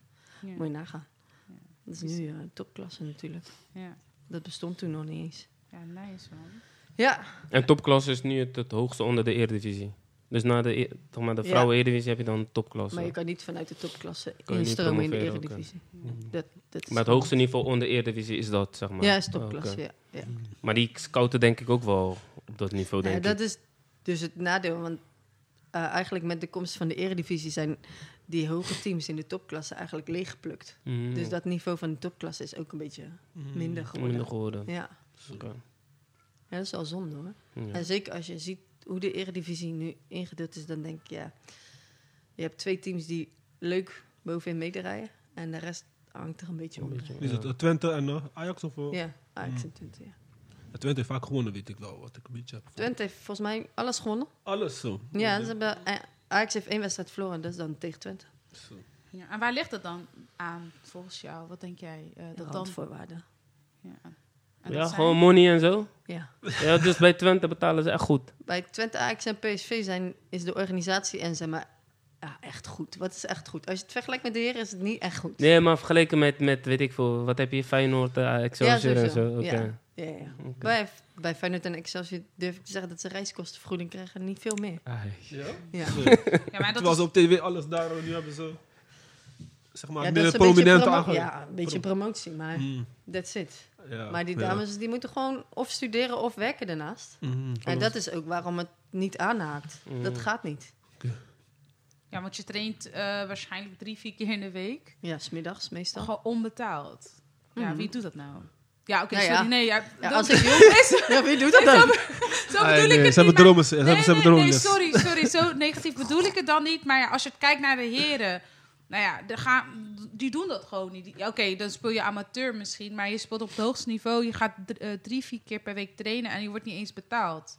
Ja. Moet je nagaan. Ja. Dus- Dat is nu eh, topklasse natuurlijk. Ja. Dat bestond toen nog niet eens. Ja, nice man. Ja, En topklasse is nu het, het hoogste onder de Eredivisie. Dus na de, e- zeg maar, de Ja. vrouwen-Eredivisie heb je dan topklasse. maar Maar, je kan niet vanuit de topklasse Kan je niet instromen in de promoveren ook, Eredivisie. Mhm. Dat, dat is het hoogste niveau onder de Eredivisie is dat, zeg maar. Oh, Ja, is topklasse, Oké. ja. ja. Maar die scouten denk ik ook wel op dat niveau, Ja, denk dat is dus het nadeel. Want eh, eigenlijk met de komst van de eredivisie zijn die hoge teams in de topklasse eigenlijk leeggeplukt. ik. Mhm. Dus dat niveau van de topklasse is ook een beetje Mm. minder geworden. Mm. Minder geworden. Ja. Dus, Oké. Mm. ja, dat is wel zonde hoor. Ja. En zeker als je ziet hoe de eredivisie nu ingedeeld is, dan denk ik ja, je hebt twee teams die leuk bovenin meedraaien. En de rest hangt er een beetje Een onder. beetje, Mm. Is ja. het eh, Twente en eh, Ajax? Of, eh? Ja, Ajax en Twente. Ja. Twente heeft vaak gewonnen, weet ik wel. Wat ik een beetje heb. Twente heeft volgens mij alles gewonnen. Alles zo. Ja, ze hebben, eh, Ajax heeft één wedstrijd verloren, dat is dan tegen Twente. Zo. Ja, en waar ligt dat dan aan volgens jou? Wat denk jij? eh, De dat dan, randvoorwaarden. ja. En dat Ja, zijn- gewoon money en zo. Ja. Ja, dus bij Twente betalen ze echt goed. Bij Twente, Ajax en PSV zijn, is de organisatie en zeg maar ja, echt goed. Wat is echt goed? Als je het vergelijkt met de heren is het niet echt goed. Nee, maar vergeleken met, met weet ik veel, wat heb je, Feyenoord, eh, Excelsior en zo. sowieso. Oké. Ja. Ja, ja. Bij, bij Feyenoord en Excelsior durf ik te zeggen dat ze reiskostenvergoeding krijgen en niet veel meer. Ai. Ja? Ja. Zo. Ja, maar dat Terwijl is, ze op tv alles daar, eh, nu hebben ze zeg maar meer Ja, dat is een beetje prominente promo- aangelegd. Ja, een beetje promotie, maar Mm, that's it. ja, Maar die ja. dames die moeten gewoon of studeren of werken daarnaast. Mhm. En dat is ook waarom het niet aanhaakt. Hmm. Dat gaat niet. ja, want je traint eh, waarschijnlijk drie, vier keer in de week. Ja, smiddags meestal. Gewoon onbetaald. Ja, Mhm. wie doet dat nou? Ja, oké, Nou ja. sorry. Nee, ja, Ja, dat- als ik is, Ja, wie doet dat dan? zo Ah, bedoel nee, ik het ze hebben niet, maar- dromen. Ze Nee, hebben, ze dus. hebben nee, dromen. dus- nee, sorry, sorry. Zo negatief bedoel ik het dan niet. Maar ja, als je het kijkt naar de heren... Nou ja, de gaan, die doen dat gewoon niet. Die- Oké, dan speel je amateur misschien. Maar je speelt op het hoogste niveau. Je gaat d- eh, drie, vier keer per week trainen. En je wordt niet eens betaald.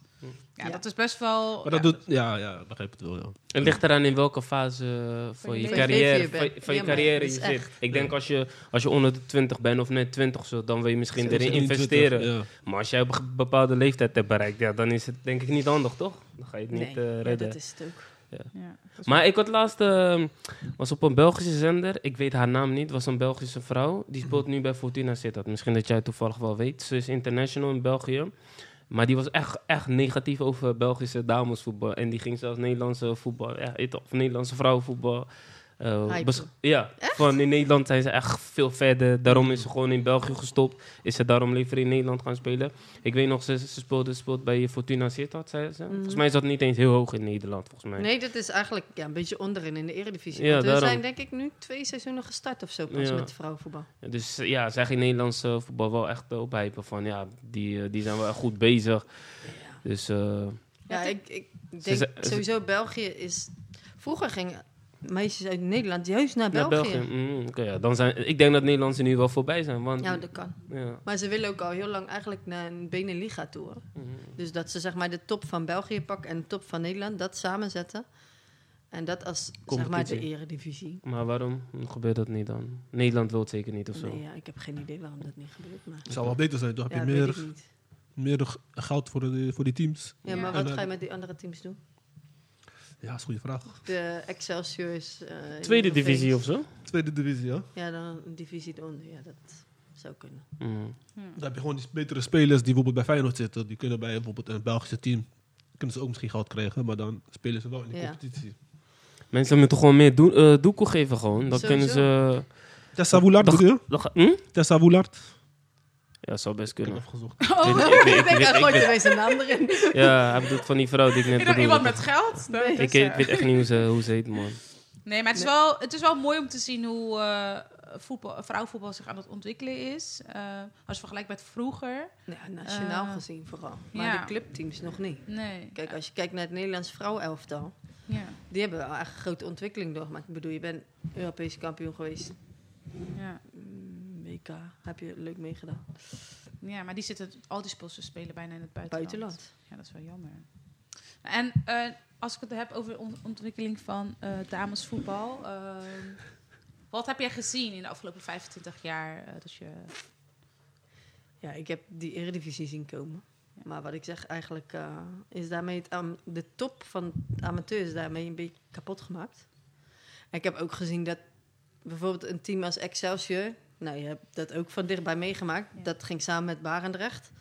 Ja, Ja. dat is best wel... Maar dat ja, doet, ja, ja, begrijp het wel. Ja. Het ligt eraan in welke fase eh, van je leven. Van carrière, je van, leven je van je bent. Ja, carrière maar je dat is zit. Ik denk als je, als je onder de 20 bent of net 20 zo, dan wil je misschien erin investeren. Maar als jij een be- bepaalde leeftijd hebt bereikt, ja, dan is het denk ik niet handig, toch? Dan ga je het niet eh, ja, redden. dat is het ook. ja, dat is- Maar ik had laatst, eh, was op een Belgische zender, ik weet haar naam niet, was een Belgische vrouw. Die speelt nu bij Fortuna Sittard. Misschien dat jij toevallig wel weet. Ze is international in België. Maar die was echt, echt negatief over Belgische damesvoetbal. En die ging zelfs Nederlandse voetbal, ja, weet je, of Nederlandse vrouwenvoetbal. eh, Hypen. bes- ja, van in Nederland zijn ze echt veel verder. Daarom is ze gewoon in België gestopt. Is ze daarom liever in Nederland gaan spelen. Ik weet nog, ze, ze speelde, speelt bij Fortuna Sittard, zei ze. Volgens mij is dat niet eens heel hoog in Nederland, volgens mij. Nee, dat is eigenlijk ja, een beetje onderin in de Eredivisie. Ja, want we daarom. zijn denk ik nu twee seizoenen gestart of zo pas Ja. met vrouwenvoetbal. Ja, Dus eh, ja, zij ging Nederlands eh, voetbal wel echt eh, ophypen van ja, die, eh, die zijn wel echt goed bezig. Dus eh, Ja, Ja, ik, ik denk ze- ze- sowieso België is... Vroeger gingen meisjes uit Nederland juist naar ja, België. België. mm, oké, ja, dan zijn, ik denk dat Nederlanders nu wel voorbij zijn. Want, Ja, ja, dat kan. Maar ze willen ook al heel lang eigenlijk naar een Beneliga toe. hoor. mm. Dus dat ze zeg maar de top van België pakken en de top van Nederland, dat samenzetten. En dat als zeg maar de Competitie. eredivisie. Maar waarom gebeurt dat niet dan? Nederland wil het zeker niet of zo. Nee, ja, ik heb geen idee waarom dat niet gebeurt. Maar Het zou wel beter zijn. Dan ja, heb je dat weet ik meer, niet. meer g- geld voor, de, voor die teams. Ja, Ja. maar En wat dan- ga eh, je met die andere teams doen? Ja, dat is een goede vraag. De Excelsior is... eh, in Tweede Heerenveen. divisie of zo? Tweede divisie, ja. Ja, dan een divisie eronder. Ja, dat zou kunnen. Mm. Dan heb je gewoon die betere spelers die bijvoorbeeld bij Feyenoord zitten. Die kunnen bij bijvoorbeeld een Belgische team. Kunnen ze ook misschien geld krijgen, maar dan spelen ze wel in de Ja. competitie. Mensen moeten gewoon meer doe, eh, doekoe geven gewoon. Dan Sowieso. kunnen ze... Tessa Woulard, Dag. bedoel je? Dan, ga- hm? Tessa Woulard. Ja, zou best Ik heb kunnen. opgezocht. Ik weet- ik weet- ik Ik denk, weet- hij ik gooit weet- ineens een naam erin. Ja, hij bedoelt van die vrouw die ik net Ik bedoel, bedoelde. iemand met geld? Nee, Ik, weet- ik weet echt niet hoe ze, hoe ze heet, man. Nee, maar het is, wel, het is wel mooi om te zien hoe eh, voetbal, vrouwenvoetbal zich aan het ontwikkelen is. Eh, als je vergelijkt met vroeger. Ja, nationaal Eh, gezien vooral. Maar ja. de clubteams nog niet. Nee. Kijk, als je kijkt naar het Nederlands vrouwenelftal... Ja, die hebben wel echt een grote ontwikkeling doorgemaakt. Ik bedoel, je bent Europese kampioen geweest. ja. Mm, WK, heb je leuk meegedaan. ja, maar die zitten, al die spelers spelen bijna in het buitenland. Buitenland. Ja, dat is wel jammer. En eh, als ik het heb over de ont- ontwikkeling van eh, damesvoetbal. ehm, wat heb jij gezien in de afgelopen 25 jaar? eh, dat je, Ja, ik heb die eredivisie zien komen. Maar wat ik zeg eigenlijk, eh, is daarmee het am- de top van het amateur is daarmee een beetje kapot gemaakt. En ik heb ook gezien dat bijvoorbeeld een team als Excelsior, nou je hebt dat ook van dichtbij meegemaakt, Ja. dat ging samen met Barendrecht.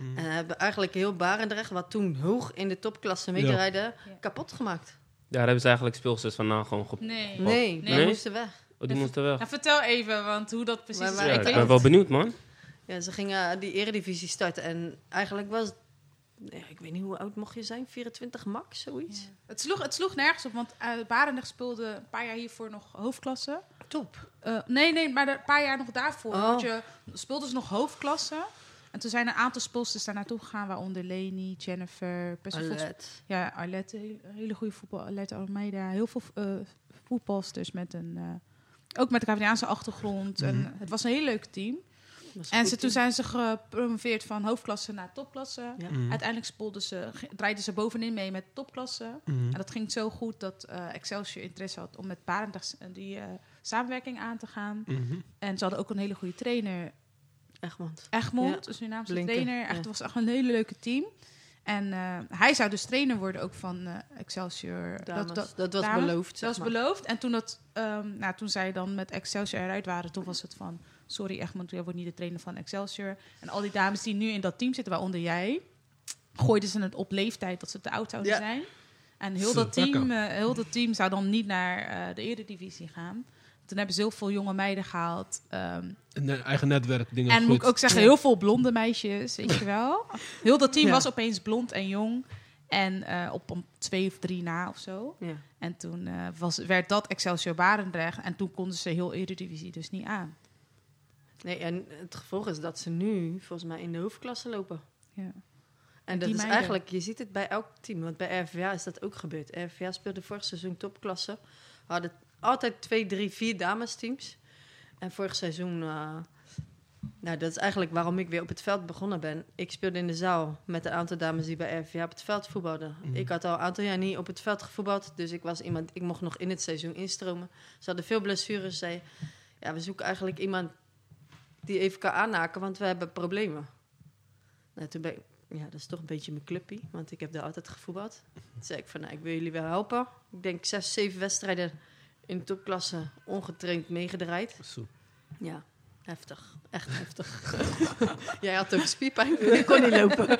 Mm. En hebben eigenlijk heel Barendrecht, wat toen hoog in de topklasse meedraaide, kapot gemaakt. Daar hebben ze eigenlijk speelsters vandaan gewoon gep... Nee. Nee, Nee. die moesten weg. Oh, die moesten weg. Nou, vertel even, want hoe dat precies Maar is. waar- Ja, ik weet ben het. wel benieuwd, man. Ja, ze gingen die eredivisie starten en eigenlijk was, ja, ik weet niet hoe oud mocht je zijn, 24 max, zoiets. Het, sloeg, het sloeg nergens op, want eh Barendrecht speelde een paar jaar hiervoor nog hoofdklasse. Top. Eh, nee, nee, maar een paar jaar nog daarvoor. Oh. want Je, speelden ze nog hoofdklasse. En toen zijn een aantal speelsters daar naartoe gegaan, waaronder Leni, Jennifer, best wel veel Alert. Ja, Arlette, he- hele goede voetbal. Arlette Almeida, heel veel eh, voetbalsters met een... eh, ook met een Caviaanse achtergrond. Mhm. En het was een heel leuk team. Was En goed ze, toen team. zijn Mhm. ze gepromoveerd van hoofdklasse naar topklasse. Mm. Uiteindelijk speelden ze, ge- draaiden ze bovenin mee met topklasse. Mm. En Mhm. dat ging zo goed dat eh, Excelsior interesse had om met Barendrecht s- die eh, samenwerking aan te gaan. Mhm. En ze hadden ook een hele goede trainer, Egmond. Egmond, Ja. dus hun naam is Blinken, trainer. Echt, ja. het was echt een hele leuke team. En eh, hij zou dus trainer worden ook van eh, Excelsior. Dames. Dat, Dat, dat, was dames. beloofd. dat was zeg maar. beloofd. En toen, dat, ehm, nou, toen zij dan met Excelsior eruit waren, toen was het van... Sorry Egmond, jij wordt niet de trainer van Excelsior. En al die dames die nu in dat team zitten, waaronder jij... gooiden ze het op leeftijd dat ze te oud zouden Ja. zijn. En heel Zo, dat, team, takken. eh, heel dat team zou dan niet naar eh, de eredivisie gaan. Toen hebben ze heel veel jonge meiden gehaald. ehm, En ne- eigen netwerk, dingen en moet ik goed. ook zeggen, Ja. heel veel blonde meisjes, weet je wel. Heel dat team Ja. was opeens blond en jong. En eh, op om twee of drie na of zo. Ja. En toen eh, was, werd dat Excelsior Barendrecht. En toen konden ze heel Eredivisie dus niet aan. Nee, en het gevolg is dat ze nu volgens mij in de hoofdklasse lopen. Ja. En dat die is meiden. eigenlijk, je ziet het bij elk team, want bij RVA is dat ook gebeurd. RVA speelde vorig seizoen topklasse. We hadden altijd twee, drie, vier damesteams. En vorig seizoen, eh, nou dat is eigenlijk waarom ik weer op het veld begonnen ben. Ik speelde in de zaal met een aantal dames die bij RVA op het veld voetbalden. Mhm. Ik had al een aantal jaar niet op het veld gevoetbald, dus ik was iemand, ik mocht nog in het seizoen instromen. Ze hadden veel blessures, zei, ja we zoeken eigenlijk iemand die even kan aanhaken, want we hebben problemen. Nou, toen ben ik, ja, dat is toch een beetje mijn clubpie, want ik heb daar altijd gevoetbald. Toen zei ik van, nou, ik wil jullie wel helpen. Ik denk zes, zeven wedstrijden in de topklasse ongetraind meegedraaid. Zo. Ja, heftig. Echt heftig. Jij had ook spierpijn, ik kon niet lopen.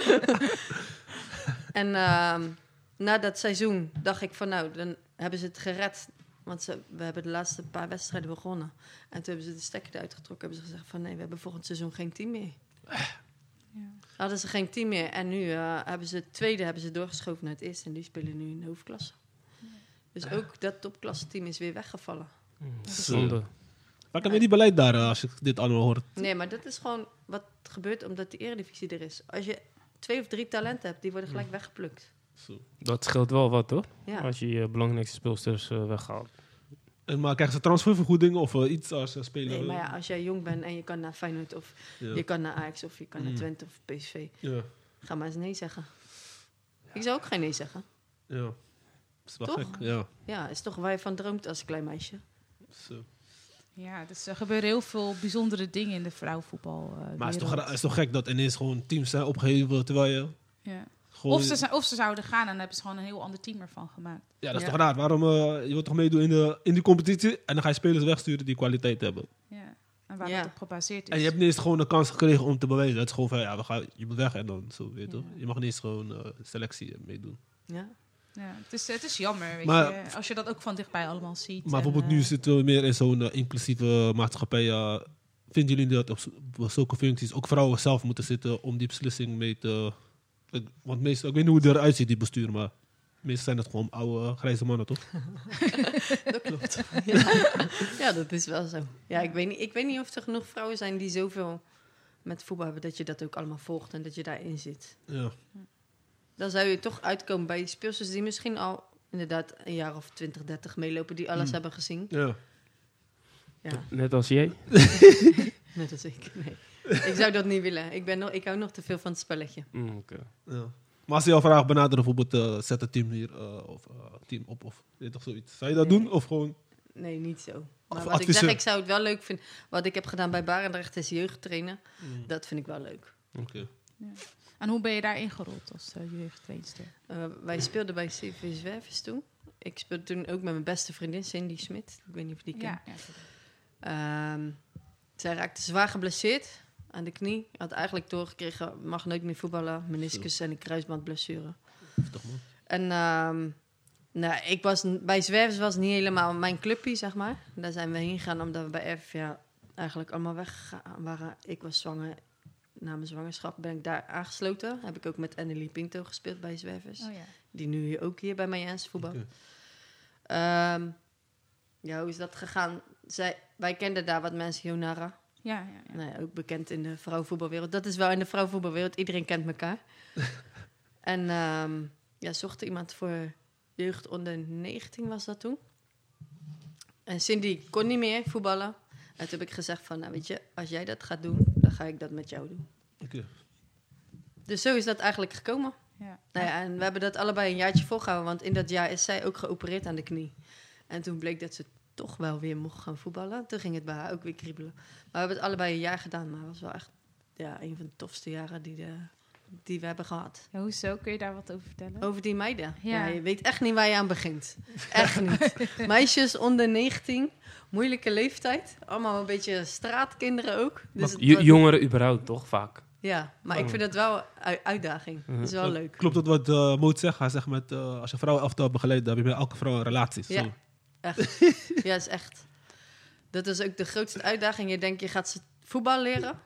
en ehm, na dat seizoen dacht ik van nou, dan hebben ze het gered. Want ze, we hebben de laatste paar wedstrijden begonnen. En toen hebben ze de stekker eruit getrokken. Hebben ze gezegd van nee, we hebben volgend seizoen geen team meer. Hadden ze geen team meer. En nu eh, hebben ze het tweede hebben ze doorgeschoven naar het eerste. En die spelen nu in de hoofdklasse. Dus ook dat topklasse team is weer weggevallen. Zonde. Waar kan je die beleid daar, eh, als je dit allemaal hoort? Nee, maar dat is gewoon wat gebeurt omdat de eredivisie er is. Als je twee of drie talenten hebt, die worden gelijk weggeplukt. Zo. Dat scheelt wel wat, hoor. Ja. Als je je belangrijkste speelsters eh, weghaalt. En maar krijgen ze transfervergoedingen of eh, iets als ze spelen? Nee, maar ja, als jij jong bent en je kan naar Feyenoord of Ja. je kan naar Ajax of je kan naar Mm. Twente of PSV, Ja. ga maar eens nee zeggen. Ik zou ook geen nee zeggen. Ja. is wel Toch? gek. Ja. Ja, is toch waar je van droomt als klein meisje. Zo. Ja, dus er gebeuren heel veel bijzondere dingen in de vrouwenvoetbal. eh, Maar het is, toch, wereld. ra- is toch gek dat ineens gewoon teams zijn opgeheven terwijl je Ja. gewoon... Of, ze, zijn- of ze zouden gaan en dan hebben ze gewoon een heel ander team ervan gemaakt. Ja, dat is Ja. toch raar. Waarom, eh, je wilt toch meedoen in, de, in die competitie en dan ga je spelers wegsturen die kwaliteit hebben. Ja. En waar Ja. dat op gebaseerd is. En je hebt niet eens gewoon de kans gekregen om te bewijzen. Het is gewoon van, ja, we gaan, je moet weg en dan zo, weet je Ja. toch? Je mag niet eens gewoon eh, selectie eh, meedoen. Ja. ja, het, is, het is jammer, weet Maar- je, als je dat ook van dichtbij allemaal Maar ziet. en, bijvoorbeeld eh, nu zitten we meer in zo'n eh, inclusieve maatschappij. eh. vinden jullie dat op z- op zulke functies ook vrouwen zelf moeten zitten om die beslissing mee te... Ik- want meestal, ik weet niet hoe het eruit ziet, die bestuur, maar meestal zijn het gewoon oude eh, grijze mannen, toch? Dat klopt. ja. ja, dat is wel zo. Ja, ik weet, niet, ik weet niet of er genoeg vrouwen zijn die zoveel met voetbal hebben dat je dat ook allemaal volgt en dat je daarin zit. Ja. Dan zou je toch uitkomen bij speelsters die misschien al inderdaad een jaar of 20, 30 meelopen, die alles Hmm. hebben gezien. ja. Ja, Net als jij. net als ik. Nee. ik zou dat niet willen. Ik, ben nog, ik hou nog te veel van het spelletje. Mm, oké. Ja. Maar als je jou vraagt benaderen, bijvoorbeeld, eh, zet het team hier eh, of eh, team op of weet je toch zoiets. Zou je dat Nee. doen of gewoon... Nee, niet zo. Maar Of wat ik zeg, adviseur. ik zou het wel leuk vinden. Wat ik heb gedaan bij Barendrecht is jeugdtrainen. Mm, Dat vind ik wel leuk. Oké. En hoe ben je daarin gerold als eh jeugdtrainster? Eh, wij speelden bij CV Zwervers toen. Ik speelde toen ook met mijn beste vriendin Cindy Smit. Ik weet niet of je die kent. Ja, ja. Ehm, zij raakte zwaar geblesseerd aan de knie. Had eigenlijk doorgekregen, mag nooit meer voetballen. Meniscus en een kruisbandblessure. Heftig, man. En ehm, nou, ik was, n- bij Zwervers was niet helemaal mijn clubje, zeg maar. Daar zijn we heen gegaan omdat we bij RVA eigenlijk allemaal weggegaan waren. Ik was zwanger. Na mijn zwangerschap ben ik daar aangesloten. Heb ik ook met Annelie Pinto gespeeld bij Zwervers. Oh, ja. Die nu hier ook hier bij Mayens voetbal. Oké. Ehm, ja, hoe is dat gegaan? Zij, wij kenden daar wat mensen, Jonara. Ja, ja, ja. Nou ja, ook bekend in de vrouwenvoetbalwereld. Dat is wel in de vrouwenvoetbalwereld. Iedereen kent elkaar. en ehm ja, zocht iemand voor jeugd onder 19 was dat toen. En Cindy kon niet meer voetballen. En toen heb ik gezegd van, nou weet je, als jij dat gaat doen, dan ga ik dat met jou doen. Oké. Dus zo is dat eigenlijk gekomen. ja. Nou ja, en we hebben dat allebei een jaartje volgehouden, want in dat jaar is zij ook geopereerd aan de knie. En toen bleek dat ze toch wel weer mocht gaan voetballen. Toen ging het bij haar ook weer kriebelen. Maar we hebben het allebei een jaar gedaan, maar het was wel echt ja, een van de tofste jaren die, de, die we hebben gehad. Ja, hoezo? Kun je daar wat over vertellen? Over die meiden. Ja. Ja. je weet echt niet waar je aan begint. Echt niet. Meisjes onder 19, moeilijke leeftijd. Allemaal een beetje straatkinderen ook. Dus het J- was- jongeren überhaupt, toch? Vaak. Ja, maar ik vind het wel een u- uitdaging. Het is wel leuk. Klopt dat wat eh Moot zegt? Hij zegt met, eh, als je vrouwen elftal begeleidt, dan heb je met elke vrouw een relatie. Ja, Zo. echt. ja, is echt. Dat is ook de grootste uitdaging. Je denkt, je gaat ze voetbal leren.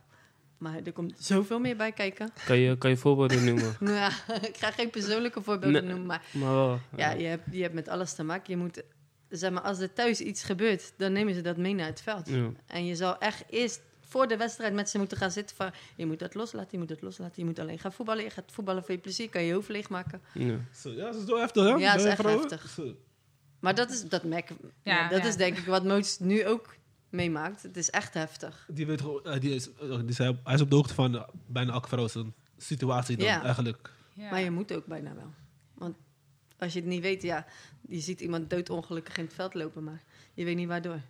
Maar er komt zoveel meer bij kijken. Kan je, kan je voorbeelden noemen? Nou ja, ik ga geen persoonlijke voorbeelden Nee. noemen. Maar Maar wel. eh, ja, je hebt, je hebt met alles te maken. Je moet, zeg maar, als er thuis iets gebeurt, dan nemen ze dat mee naar het veld. Ja. En je zal echt eerst voor de wedstrijd met ze moeten gaan zitten van... je moet dat loslaten, je moet dat loslaten. Je moet alleen gaan voetballen. Je gaat voetballen voor je plezier, kan je hoofd leegmaken. Ja. Zo, ja, dat is zo heftig, hè? Ja, het is Bij echt vrouwen. heftig. Zo. Maar dat is, dat merk, Ja, ja, dat ja. is denk ik wat Moots nu ook meemaakt. Het is echt heftig. Die weet gewoon, eh, die is, eh, die is, hij is op de hoogte van eh, bijna elke vrouw zijn situatie dan, Ja. eigenlijk. Ja. Maar je moet ook bijna wel. Want als je het niet weet, ja, je ziet iemand doodongelukkig in het veld lopen, maar je weet niet waardoor.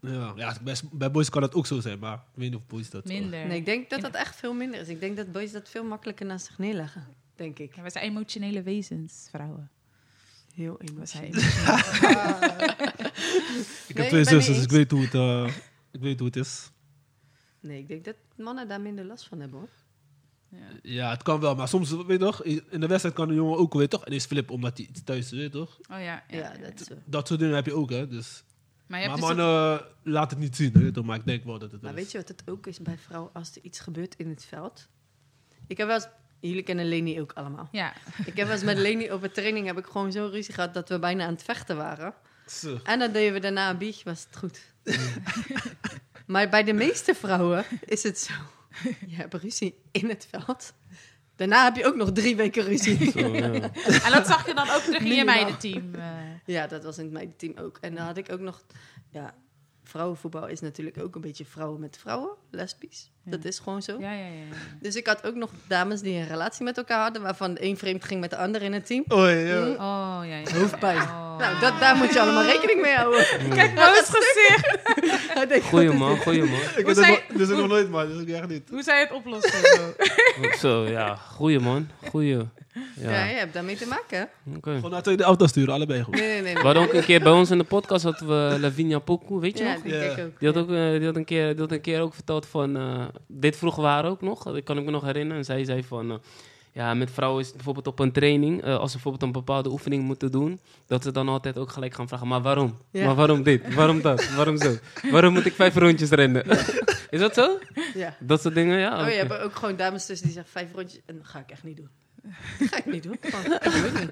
Ja, ja bij, bij boys kan dat ook zo zijn, maar ik weet niet of boys dat... eh, Minder. Nee, ik denk dat dat echt veel minder is. Ik denk dat boys dat veel makkelijker naast zich neerleggen, denk ik. Ja, we zijn emotionele wezens, vrouwen. Heel We zijn emotioneel. emotioneel. Ik Nee, heb twee ik ben zussen, dus mee ik weet hoe het, eh, ik weet hoe het is. Nee, ik denk dat mannen daar minder last van hebben, hoor. ja. Ja, het kan wel, maar soms, weet je toch, in de wedstrijd kan een jongen ook, weet je toch, ineens flippen omdat hij iets thuis, weet je toch. Oh ja, Ja, dat is wel. Dat soort dingen heb je ook, hè, dus... Maar je Maar hebt dus mannen eh, laat het niet zien, weet je toch, maar ik denk wel dat het Maar er weet is. je wat het ook is bij vrouwen als er iets gebeurt in het veld? Ik heb wel eens... Jullie kennen Leni ook allemaal. ook- Ja, Ik heb wel eens met Leni op een training heb ik gewoon zo'n ruzie gehad dat we bijna aan het vechten waren. Zo. En dan deden we daarna een biertje, was het goed. maar bij de meeste vrouwen is het zo. Je hebt ruzie in het veld. Daarna heb je ook nog drie weken ruzie. Zo, ja. en dat zag je dan ook terug in je Minimaal. meidenteam. eh. ja, dat was in mijn team ook. En dan had ik ook nog... Ja, vrouwenvoetbal is natuurlijk ook een beetje vrouwen met vrouwen. Lesbisch. Ja. Dat is gewoon zo. Ja, ja, ja. ja. Dus ik had ook nog dames die een relatie met elkaar hadden... waarvan de een vreemd ging met de ander in het team. Oh, ja. Oh, ja, ja. Hoofdpijn. Oh. Nou, dat, daar moet je allemaal rekening mee houden. Kijk, nou is gezicht. Hij denkt, Goeie man, goeie man. Ik Hoe heb dat zei- nog- dat is ook nog nooit, man. Dat is ook echt niet. Hoe zij het oplossen. Zo, ja. Goeie man. Goeie. Ja, Ja, je hebt daarmee te maken. hè? oké. Gewoon naar twee de auto sturen, allebei goed. Nee, nee, We nee. nee. hadden ook een keer bij ons in de podcast hadden we Lavinia Poku, weet je Ja, nog? die Ja. kijk ik ook. Die had, ja. ook, eh, die, had een keer, die had een keer ook verteld van... eh, dit vroegen we haar ook nog, dat kan ik me nog herinneren. En zij zei van... eh, ja, met vrouwen is het bijvoorbeeld op een training... eh, als ze bijvoorbeeld een bepaalde oefening moeten doen... dat ze dan altijd ook gelijk gaan vragen... maar waarom? Ja. Maar waarom dit? Waarom dat? Waarom zo? Waarom moet ik vijf rondjes rennen? is dat zo? Ja. Dat soort dingen, ja? Oh, je Oké. hebt ook gewoon dames tussen die zeggen vijf rondjes. En dat ga ik echt niet doen. Dat ga ik niet doen. Gewoon, dat gebeurt niet.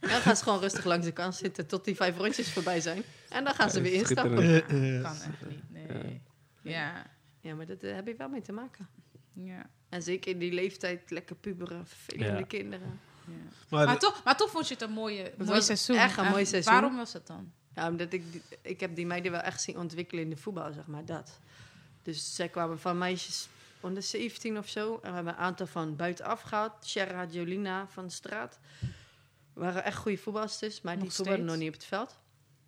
En Dan gaan ze gewoon rustig langs de kant zitten tot die vijf rondjes voorbij zijn. En dan gaan ze Ja, weer instappen. schitterend. Eh, kan echt niet, nee. Ja, Ja, maar daar heb je wel mee te maken. ja. En zeker in die leeftijd, lekker puberen, vervelende Ja. kinderen. ja. Maar, Maar, toch, maar toch vond je het een mooie, mooi was seizoen. echt een En mooi seizoen. Waarom was het dan? Ja, omdat ik, die- ik heb die meiden wel echt zien ontwikkelen in de voetbal, zeg maar, dat. Dus zij kwamen van meisjes onder 17 of zo. En we hebben een aantal van buitenaf gehad. Sherra, Jolina van de straat. Waren echt goede voetballers dus, maar Nog die voetbalden steeds? nog niet op het veld.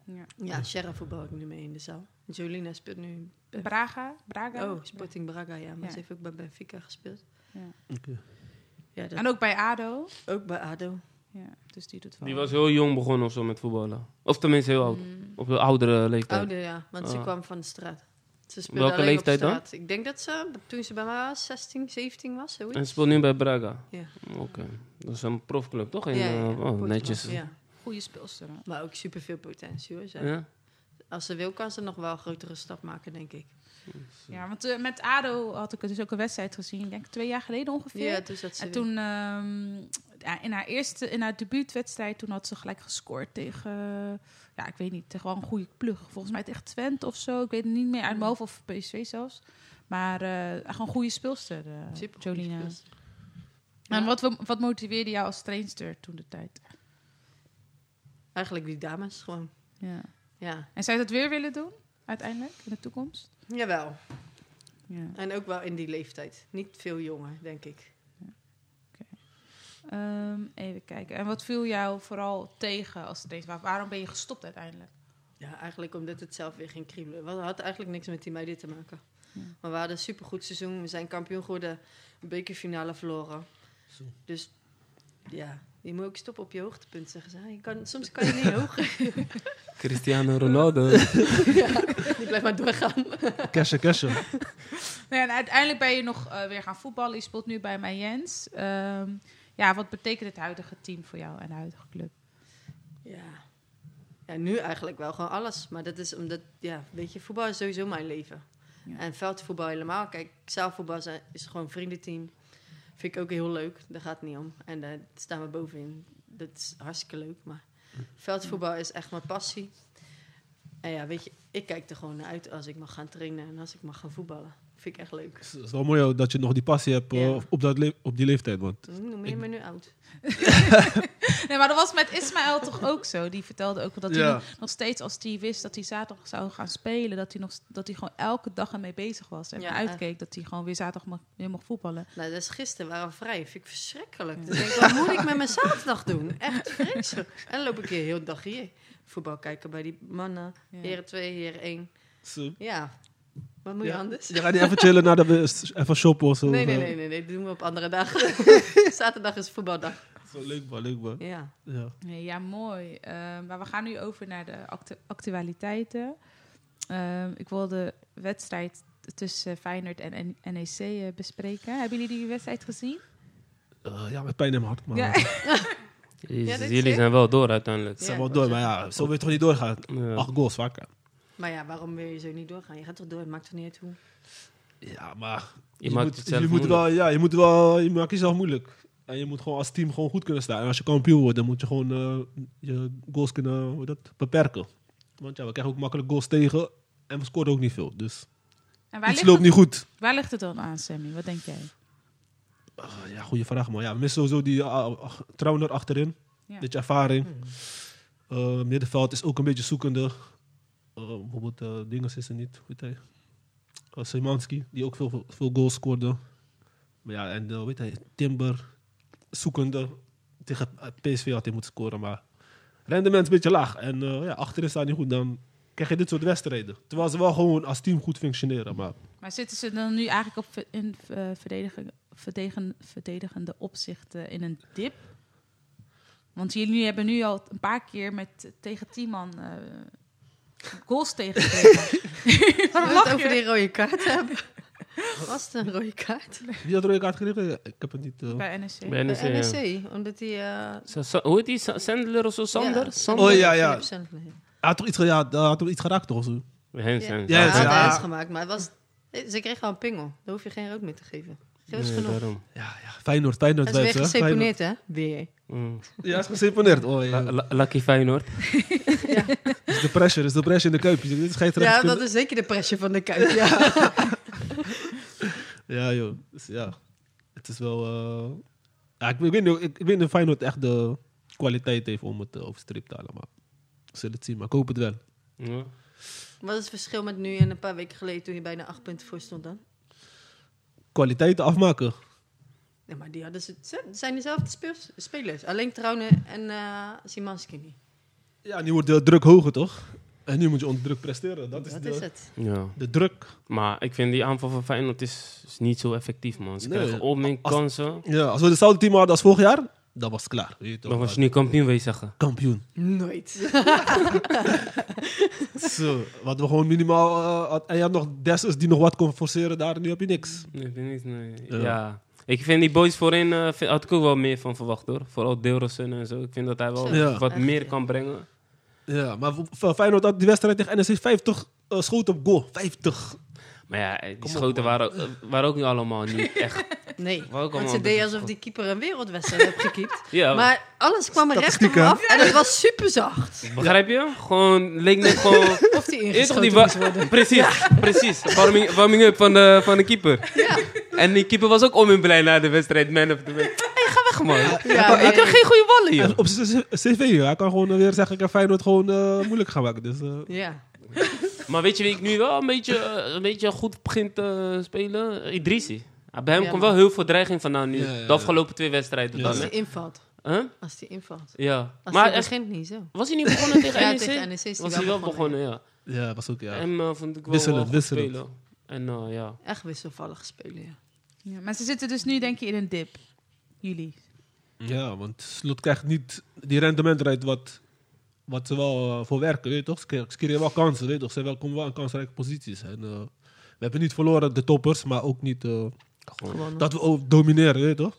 Ja. Ja, Sherra voetbal ook nu mee in de zaal. Jolina speelt nu... Braga? Braga? Oh, Sporting Braga, ja. Maar Ja. ze heeft ook bij Benfica gespeeld. Oké. Ja, dat En ook bij ADO. ook bij ADO. Ja, dus die doet wel. Die was heel jong begonnen of zo met voetballen. Of tenminste heel oud. Mm. Op de oudere leeftijd. Ouder, ja. Want ze Ah. kwam van de straat. Ze speelde Welke alleen leeftijd op dan? straat. Ik denk dat ze, toen ze bij mij was, 16, 17 was, zoiets. En speelt nu bij Braga. Ja. Oké. Dat is een profclub, toch? In, Ja, ja, eh, ja, oh, Portugal. netjes. Ja. Goede speelster. hè? Maar ook superveel potentie, hoor. Ze. Ja? Als ze wil, kan ze nog wel een grotere stap maken, denk ik. Ja, want eh, met ADO had ik dus ook een wedstrijd gezien. Ik denk twee jaar geleden ongeveer. Ja, toen zat ze En weer- toen, ehm, ja, in haar eerste, in haar debuutwedstrijd, toen had ze gelijk gescoord tegen, eh, ja, ik weet niet, tegen wel een goede plug. Volgens mij tegen Twente of zo. Ik weet het niet meer uit Mm. mijn hoofd of PSV zelfs. Maar eh, echt een goede speelster, eh supergoed Jolina. gespeeld. En Ja. wat, we- wat motiveerde jou als trainster toen de tijd? Eigenlijk die dames gewoon. Ja. Ja. En zou je dat weer willen doen, uiteindelijk, in de toekomst? Jawel. Ja. En ook wel in die leeftijd. Niet veel jonger, denk ik. Ehm, even kijken. En wat viel jou vooral tegen als trainster? Waar- Waarom ben je gestopt uiteindelijk? Ja, eigenlijk omdat het zelf weer ging kriebelen. We hadden eigenlijk niks met die meiden te maken. Ja. Maar we hadden een supergoed seizoen. We zijn kampioen geworden. Een bekerfinale verloren. Zo. Dus ja, je moet ook stoppen op je hoogtepunt, zeggen ze. Je kan, soms kan je niet hoger. Cristiano Ronaldo. ja, die blijft maar doorgaan. Cashen, cashen. Nou ja, en uiteindelijk ben je nog eh, weer gaan voetballen. Je speelt nu bij Mayens. Ehm ja, wat betekent het huidige team voor jou en de huidige club? Ja. ja, nu eigenlijk wel gewoon alles. Maar dat is omdat, ja, weet je, voetbal is sowieso mijn leven. Ja. En veldvoetbal helemaal. Kijk, zaalvoetbal zijn- is gewoon een vriendenteam. Vind ik ook heel leuk. Daar gaat het niet om. En daar staan we bovenin. Dat is hartstikke leuk. Maar veldvoetbal is echt mijn passie. En ja, weet je, ik kijk er gewoon naar uit als ik mag gaan trainen en als ik mag gaan voetballen. Vind ik echt leuk. Het is wel mooi dat je nog die passie hebt eh, Ja. op, dat le- op die leeftijd, man. Noem je Ik- me nu oud? Nee, maar dat was met Ismaël toch ook zo. Die vertelde ook wel dat hij Ja. nog- nog steeds, als hij wist dat hij zaterdag zou gaan spelen, dat hij, nog, dat hij gewoon elke dag ermee bezig was. En Ja, naar uitkeek dat hij gewoon weer zaterdag mag, weer mocht voetballen. Nou, dat is gisteren waren we vrij. Vind ik Ja. verschrikkelijk. Dus ik denk, wat moet ik met mijn zaterdag doen? Echt vreselijk. En dan loop ik hier heel de dag hier. Voetbal kijken bij die mannen. Ja. Heren 2, heren 1. Zo. Ja, wat moet je Ja. anders? Je gaat niet even chillen nadat we s- even shoppen of zo. Nee, of, nee, eh, nee, nee, nee, dat doen we op andere dagen. Zaterdag is voetbaldag. zo, Leuk man, leuk man. Ja. Ja. Nee, Ja, mooi. Eh, maar we gaan nu over naar de actu- actualiteiten. Ehm, ik wil de wedstrijd tussen Feyenoord en N- NEC eh, bespreken. Hebben jullie die wedstrijd gezien? Eh, ja, met pijn in mijn hart, man. Ja. Ze Jezus, dit is jullie echt- zijn wel door uiteindelijk. eh, Ja. zijn wel door, maar ja, zo wil je toch niet doorgaan. Ja. Acht goals, vaak. Maar ja, waarom wil je zo niet doorgaan? Je gaat toch door, het maakt toch niet uit hoe. Ja, maar je, maakt moet, het zelf je moet moeilijk. wel, ja, je moet wel, je maakt jezelf moeilijk. En je moet gewoon als team gewoon goed kunnen staan. En als je kampioen wordt, dan moet je gewoon eh, je goals kunnen hoe heet dat, beperken. Want ja, we krijgen ook makkelijk goals tegen en we scoren ook niet veel. Dus En waar iets ligt, loopt het, niet goed. waar ligt het dan aan, Sammy? Wat denk jij? Ah, ja, goede vraag man. Ja, we missen sowieso die ah, ach- Trauner achterin. Ja. Beetje ervaring. Eh, middenveld is ook een beetje zoekende. Eh, bijvoorbeeld eh Dinges is er niet. Hoe heet hij? Eh, Szymanski, die ook veel, veel goals scoorde. Maar ja, en eh, hoe heet hij? Timber, zoekende. Tegen eh, PSV had hij moeten scoren, maar rendement is een beetje laag. En eh, ja, achterin staat niet goed, dan krijg je dit soort wedstrijden. Terwijl ze wel gewoon als team goed functioneren. Maar Maar zitten ze dan nu eigenlijk op ver- in eh, verdedigen, verdedigen, verdedigende opzichten in een dip? Want jullie hebben nu al een paar keer met, tegen Tiemann eh, goals tegengekregen. Waarom lach het je? over die rode kaart hebben? Was het een rode kaart? wie had rode kaart gekregen? Ik heb het niet... eh, bij E NEC. Bij NEC, Bij ja. NEC, omdat die... eh, Sa- Sa- hoe heet die? Sa- Sandler of zo? Sander? ja, Sander? Oh ja, ja. Philip Sandler. Hij had toch iets, ge- ja, hij had toch iets geraakt toch? of zo? Hens, Hens. Ja, Ja, ja, ja. hij is gemaakt, maar het was, ze kregen al een pingel. Daar hoef je geen rood meer te geven. Geel is Nee, genoeg. daarom. Ja, ja. Feyenoord, Feyenoord. Hij is weer vibes, hè? Feyenoord. geseponeerd, hè? Weer. Mm. Ja, is geseponeerd. Oh, ja. La- la- Lucky Feyenoord. is de pressure, is de pressure in de kuip. Dit is geen Ja, terechtkunde. dat is zeker de pressie van de kuip. Ja. Ja, joh. Dus, ja. Het is wel... eh, Ja, ik, ik weet niet, ik, ik weet niet of Feyenoord echt de kwaliteit heeft om het eh, over de streep te halen. Maar we zullen het zien. Maar ik hoop het wel. Ja. Wat is het verschil met nu en een paar weken geleden toen je bijna acht punten voor stond dan? Kwaliteiten afmaken. Nee, maar die hadden ze, ze zijn dezelfde speels- spelers. Alleen Trouwen en eh Simanski niet. Ja, nu wordt de druk hoger, toch? En nu moet je onder druk presteren. Dat is, dat de, is het. Ja. de druk. Maar ik vind die aanval van Feyenoord is, is niet zo effectief, man. Ze Nee. krijgen Als- opneemkansen. Ja, als we hetzelfde team hadden als vorig jaar, dan was het klaar. Weet je toch, Dan was maar- je nu kampioen, wil je zeggen. kampioen. Nooit. Zo, wat we gewoon minimaal... eh, had- en je had nog Dessers die nog wat kon forceren daar. Nu heb je niks. Nee, ik weet niet, nee. Ja. Ja. Ik vind die boys voorin, eh, vind- had ik ook wel meer van verwacht, hoor. Vooral Deelrosun en zo. Ik vind dat hij wel Ja. wat Echt, meer ja. kan brengen. Ja, maar v- v- Feyenoord had die wedstrijd tegen NEC 50 eh, schoten op goal. 50. Maar ja, eh, die Kom op, schoten man. waren, eh, waren ook niet allemaal niet echt. Nee. Wou ik Want allemaal ze deed best alsof goed. die keeper een wereldwedstrijd heeft gekiept. Ja, Maar alles kwam er recht op Statistieken. me af en het was super zacht. begrijp je? Gewoon, leek net gewoon... Of die Eerst op die ingeschoten wa- moest worden. Precies, precies. Warming, warming up van de, van de keeper. En die keeper was ook om in blij na de wedstrijd. Man of the match. Hey, ga weg, man. Ja, ik nee. kan geen goede ballen, En joh. op zijn cv, ja. hij kan gewoon eh, weer zeggen... Ik heb Feyenoord gewoon eh, moeilijk gaan maken. Dus, eh, Ja. Maar weet je wie ik nu wel een beetje, eh, een beetje goed begint te spelen? Idrissi. Ah, Bij hem Ja, komt man. wel heel veel dreiging vandaan nu. Ja, ja, ja. De afgelopen twee wedstrijden Ja. dan, Als hè? die invalt. Huh? Als die invalt. Ja. Als Maar die echt- begint niet zo. was hij niet begonnen tegen E Ja, NEC? tegen NEC is hij was wel hij wel begonnen, begonnen, ja. ja, was ook... Ja. En eh, vond ik wel Wisselend, wel goed wisselend. spelen. En eh, ja. Echt wisselvallig spelen, ja. Ja, maar ze zitten dus nu denk je in een dip. Jullie. Ja, want Slot krijgt niet die rendement uit wat, wat ze wel eh, voor werken, weet je toch? Ze creë- ze creëren wel kansen, weet je toch? Ze wel, komen wel in kansrijke posities. En, eh, we hebben niet verloren, de toppers, maar ook niet eh, Gewonnen. dat we ook domineren, weet je toch?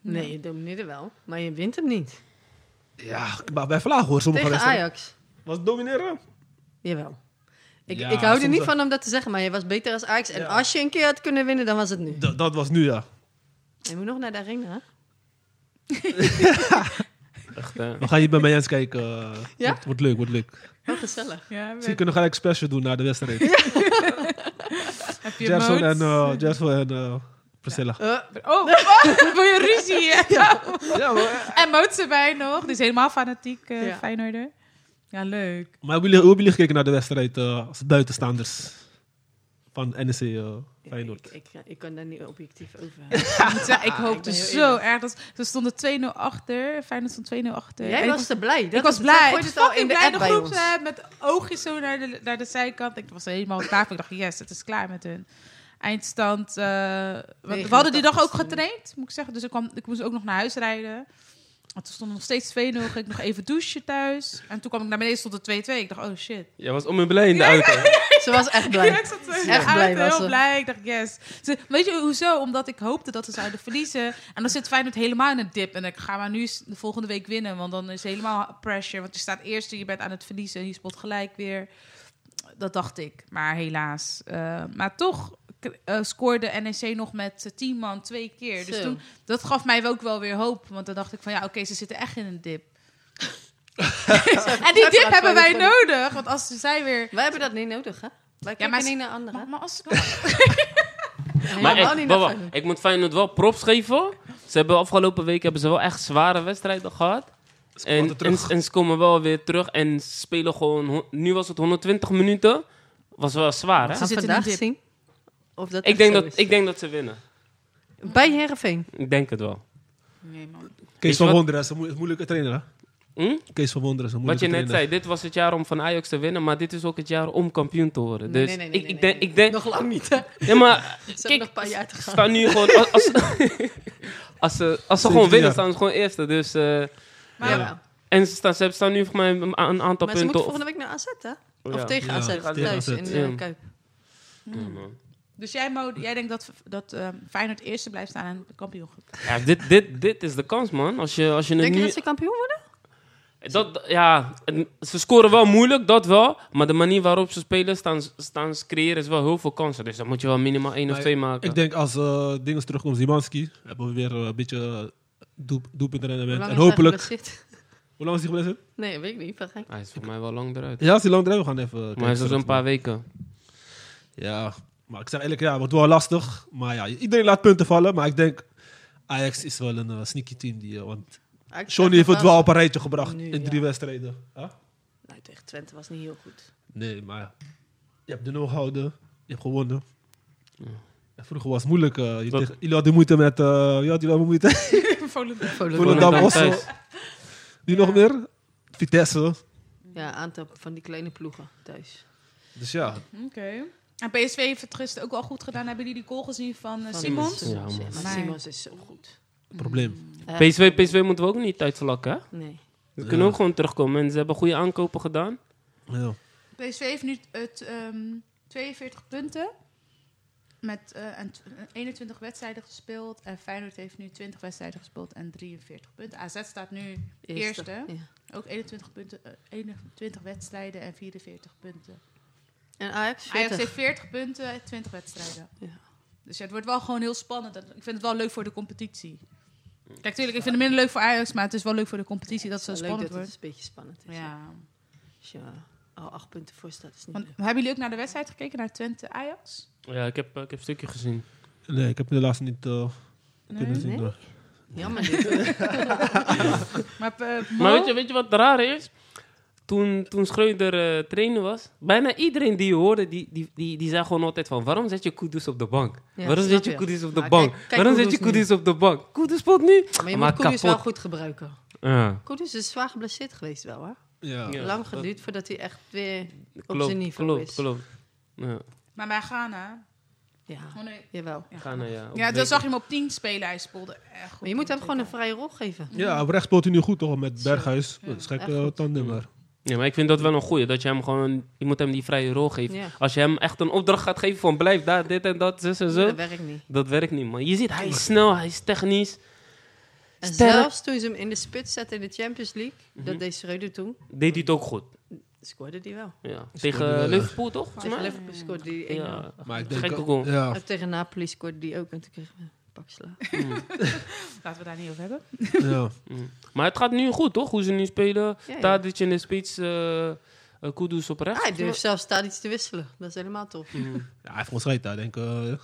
Nee, je domineerde wel, maar je wint hem niet. Ja, maar bij Vlaag hoor, sommige Tegen wedstrijden. Ajax. Was het domineren? Jawel. Ik, Ja, ik hou er soms niet wel. van om dat te zeggen, maar je was beter als Ajax. En Ja. als je een keer had kunnen winnen, dan was het nu. Dat- dat was nu, ja. Je moet nog naar de arena, hè? Echt, eh, We gaan hier bij mij eens kijken. eh, Ja? wordt, wordt leuk, wordt leuk. Wel gezellig. Ja, Zie, kunnen we gelijk special doen na de wedstrijd. heb je Gerson moed? en, eh Gerson en eh, Priscilla. Eh, Oh, voor je ruzie. hè? Ja, maar, En Moot erbij nog. Dus helemaal fanatiek eh Ja. Feyenoorder. Ja, leuk. maar hebben jullie, hoe hebben jullie gekeken naar de wedstrijd eh, als buitenstaanders van NEC eh Feyenoord? ik, ik, ik kan daar niet objectief over hebben. Ik moet zeggen, Ah, ik Ik hoopte ben heel zo eerlijk. erg. Dat, ze stonden 2-0 achter. Feyenoord stond 2-0 achter. En Jij ik was te blij. Dat ik was is- zij blij. gooide Ik het al was in in de blij. app De bij groep ons. eh, met oogjes zo naar de, naar de zijkant. Ik was helemaal klaar. voor. Ik dacht, yes, het is klaar met hun. Eindstand. eh, want we hadden die dag ook 89ste minuut. getraind, moet ik zeggen. Dus ik, kwam, ik moest ook nog naar huis rijden. Want toen stond nog steeds 2-0. Ging ik nog even douchen thuis. En toen kwam ik naar beneden, stond het 2-2. Ik dacht, oh shit. jij was om in blij in de auto. Ze was echt Ja, blij. ik zat zo in de Echt auto, blij was heel ze. blij. Ik dacht, yes. Ze- weet je hoezo? Omdat ik hoopte dat ze zouden verliezen. En dan zit Feyenoord helemaal in een dip. En ik ga maar nu eens de volgende week winnen. Want dan is helemaal pressure. Want je staat eerst en je bent aan het verliezen. En je spot gelijk weer. Dat dacht ik. Maar helaas. Eh, maar toch k- eh, scoorde NEC nog met 10 man twee keer. Dus Zo. toen, dat gaf mij ook wel weer hoop. Want dan dacht ik van, ja, oké, ze zitten echt in een dip. en die dip hebben wij nodig. Want als zij weer... Wij hebben dat niet nodig, hè? Wij kijken maar ze- niet naar anderen. Maar, maar als Maar Helemaal ik, niet wacht, naar wacht. anderen. ik moet Feyenoord wel props geven. Ze hebben afgelopen week hebben ze wel echt zware wedstrijden gehad. kwamen En, en, terug. en ze komen wel weer terug en spelen gewoon... ho- Nu was het 120 minuten. Was wel zwaar, We hè? gaan zitten in vandaag dip. zien of dat Ik echt denk zo dat, is. ik denk dat ze winnen. Bij Herenveen. Ik denk het wel. Nee, man. Kees je van wat- Wonderen is een moe- moeilijke trainer, hè? Hm? Kees van Wonderen is een Wat moeilijke je net trainer. zei, dit was het jaar om van Ajax te winnen, maar dit is ook het jaar om kampioen te worden. Dus nee, nee, nee, ik, nee, ik denk, nee, ik denk, Nog lang niet, hè? Ze ja, maar kijk, hebben nog een Dus- paar jaar te ze gaan. staan nu gewoon, als, als, als ze, als ze 17 gewoon jaar. winnen, staan ze gewoon eerste. Dus, eh, Maar Ja. en ze staan, ze staan nu volgens mij een, een aantal Maar ze moeten punten. volgende week naar AZ, hè? Oh ja. Of tegen Ja, AZ, tegen thuis AZ. in de Ja. Kuip. Ja, Oh, man. Dus jij, Mo, jij denkt dat, dat ehm, Feyenoord eerste blijft staan en de kampioen gaat. Ja, dit, dit, dit is de kans, man. Als je, als je het Denk je nu... dat ze kampioen worden? Dat, ja, en ze scoren wel moeilijk, dat wel. Maar de manier waarop ze spelen, staan, staan ze creëren, is wel heel veel kansen. Dus dan moet je wel minimaal één of Maar twee maken. Ik denk als eh Dinges terugkomt, Zimanski, hebben we weer eh, een beetje eh, doel- Hoe doelpuntenrendement. lang En is hij hopelijk... geblesseerd? Hoe lang is hij geblesseerd? Nee, weet ik niet. Vraag ik. Hij is voor mij wel lang eruit. Ja, als hij lang eruit we gaan even... kijken maar hij is al straks, zo'n paar weken. Ja, maar ik zeg eerlijk, ja, het wordt wel lastig. Maar ja, iedereen laat punten vallen. Maar ik denk, Ajax is wel een eh, sneaky team. Die, eh, want Ajax Johnny heeft het was- wel op een rijtje gebracht Nu, in ja. drie wedstrijden. Huh? Nou, tegen Twente was niet heel goed. Nee, maar ja. je hebt de nul gehouden. Je hebt gewonnen. En vroeger was het moeilijk. eh, je Dat- tegen- jullie hadden moeite met... eh jullie hadden moeite Volendam. Volendam. Volendam Volendam Osso. thuis. Nu nog meer? Vitesse. Ja, aantal van die kleine ploegen thuis. Dus ja, Mm. Oké. En PSV heeft het gisteren ook wel goed gedaan. Hebben jullie die goal gezien van, eh, Van Simons? Ja, man. maar Maar- Simons is zo goed. Probleem. Eh, PSV, PSV moeten we ook niet uitvlakken, hè? Nee. Ze Ja. kunnen ook gewoon terugkomen. En ze hebben goede aankopen gedaan. Ja. PSV heeft nu het, ehm, 42 punten. Met eh, en t- eh, 21 wedstrijden gespeeld. En Feyenoord heeft nu 20 wedstrijden gespeeld en 43 punten. AZ staat nu Eerste. Ja. ook 21, punten, eh, 21 wedstrijden en 44 punten. En Ajax 40. Ajax heeft 40 punten en 20 wedstrijden. Ja. Dus ja, het wordt wel gewoon heel spannend. Ik vind het wel leuk voor de competitie. Kijk, tuurlijk, ik vind het minder leuk voor Ajax, maar het is wel leuk voor de competitie dat Wel het zo leuk spannend dat wordt. het een beetje spannend is. Ja. Als je eh, al acht punten voor staat, is niet Want, leuk. hebben jullie ook naar de wedstrijd gekeken, naar Twente Ajax? Ja, ik heb, eh, ik heb een stukje gezien. Nee, ik heb helaas niet eh, kunnen zien. Nee? maar- Jammer dit. Maar, eh, Mo- Maar weet je, weet je wat raar is? Toen, toen Schreuder eh, trainer was, bijna iedereen die je hoorde, die, die, die, die zei gewoon altijd van... Waarom zet je Kudus op de bank? Ja, waarom snap zet je je. Kudus op de Maar bank? kijk- kijk waarom zet je Kudus nu. Kudus op de bank? Kudus speelt nu. Maar je Maar moet Kudus wel kapot. goed gebruiken. Ja, Kudus is zwaar geblesseerd geweest wel, hè? Ja. Ja. Lang dat- geduurd voordat hij echt weer... klopt, zijn niveau klopt, is. klopt. Ja, maar bij Ghana... Ja, Oh nee. jawel. Ja, Ghana, ja. Ja, dan zag je hem op 10 spelen. Hij speelde echt goed. Maar je moet hem in gewoon een Twente. vrije rol geven. ja, op rechts speelt hij nu goed toch? Met Berghuis. Ja. Dat is gekke Echt goed. tandem maar. Ja, maar ik vind dat wel een goeie. Dat je hem gewoon... Je moet hem die vrije rol geven. Ja. Als je hem echt een opdracht gaat geven van blijf daar, dit en dat, zus en zo. Dat werkt niet. Dat werkt niet, man. Je ziet, hij is snel, hij is technisch. En Sterk. Mhm. zelfs toen ze hem in de spits zetten in de Champions League, dat deed Schreuder toen, Deed hij het ook goed. scoorde hij wel. Ja. wel, Tegen eh, Liverpool, toch? volgens Tegen mij? Liverpool scoorde hij 1-0. Ja. Maar ik Gekke ook- goal. Ja, En tegen Napoli scoorde die ook en toen kregen we een pak sla. Laten we daar niet over hebben. ja. Mm. Maar het gaat nu goed, toch? Hoe ze nu spelen. Ja, ja. Tadic in de spits, eh eh, Kudus op rechts. Ah, hij durft zelfs staat iets te wisselen. Dat is helemaal tof. Mm. Ja, hij heeft gewoon schijt daar. Denk, eh, hij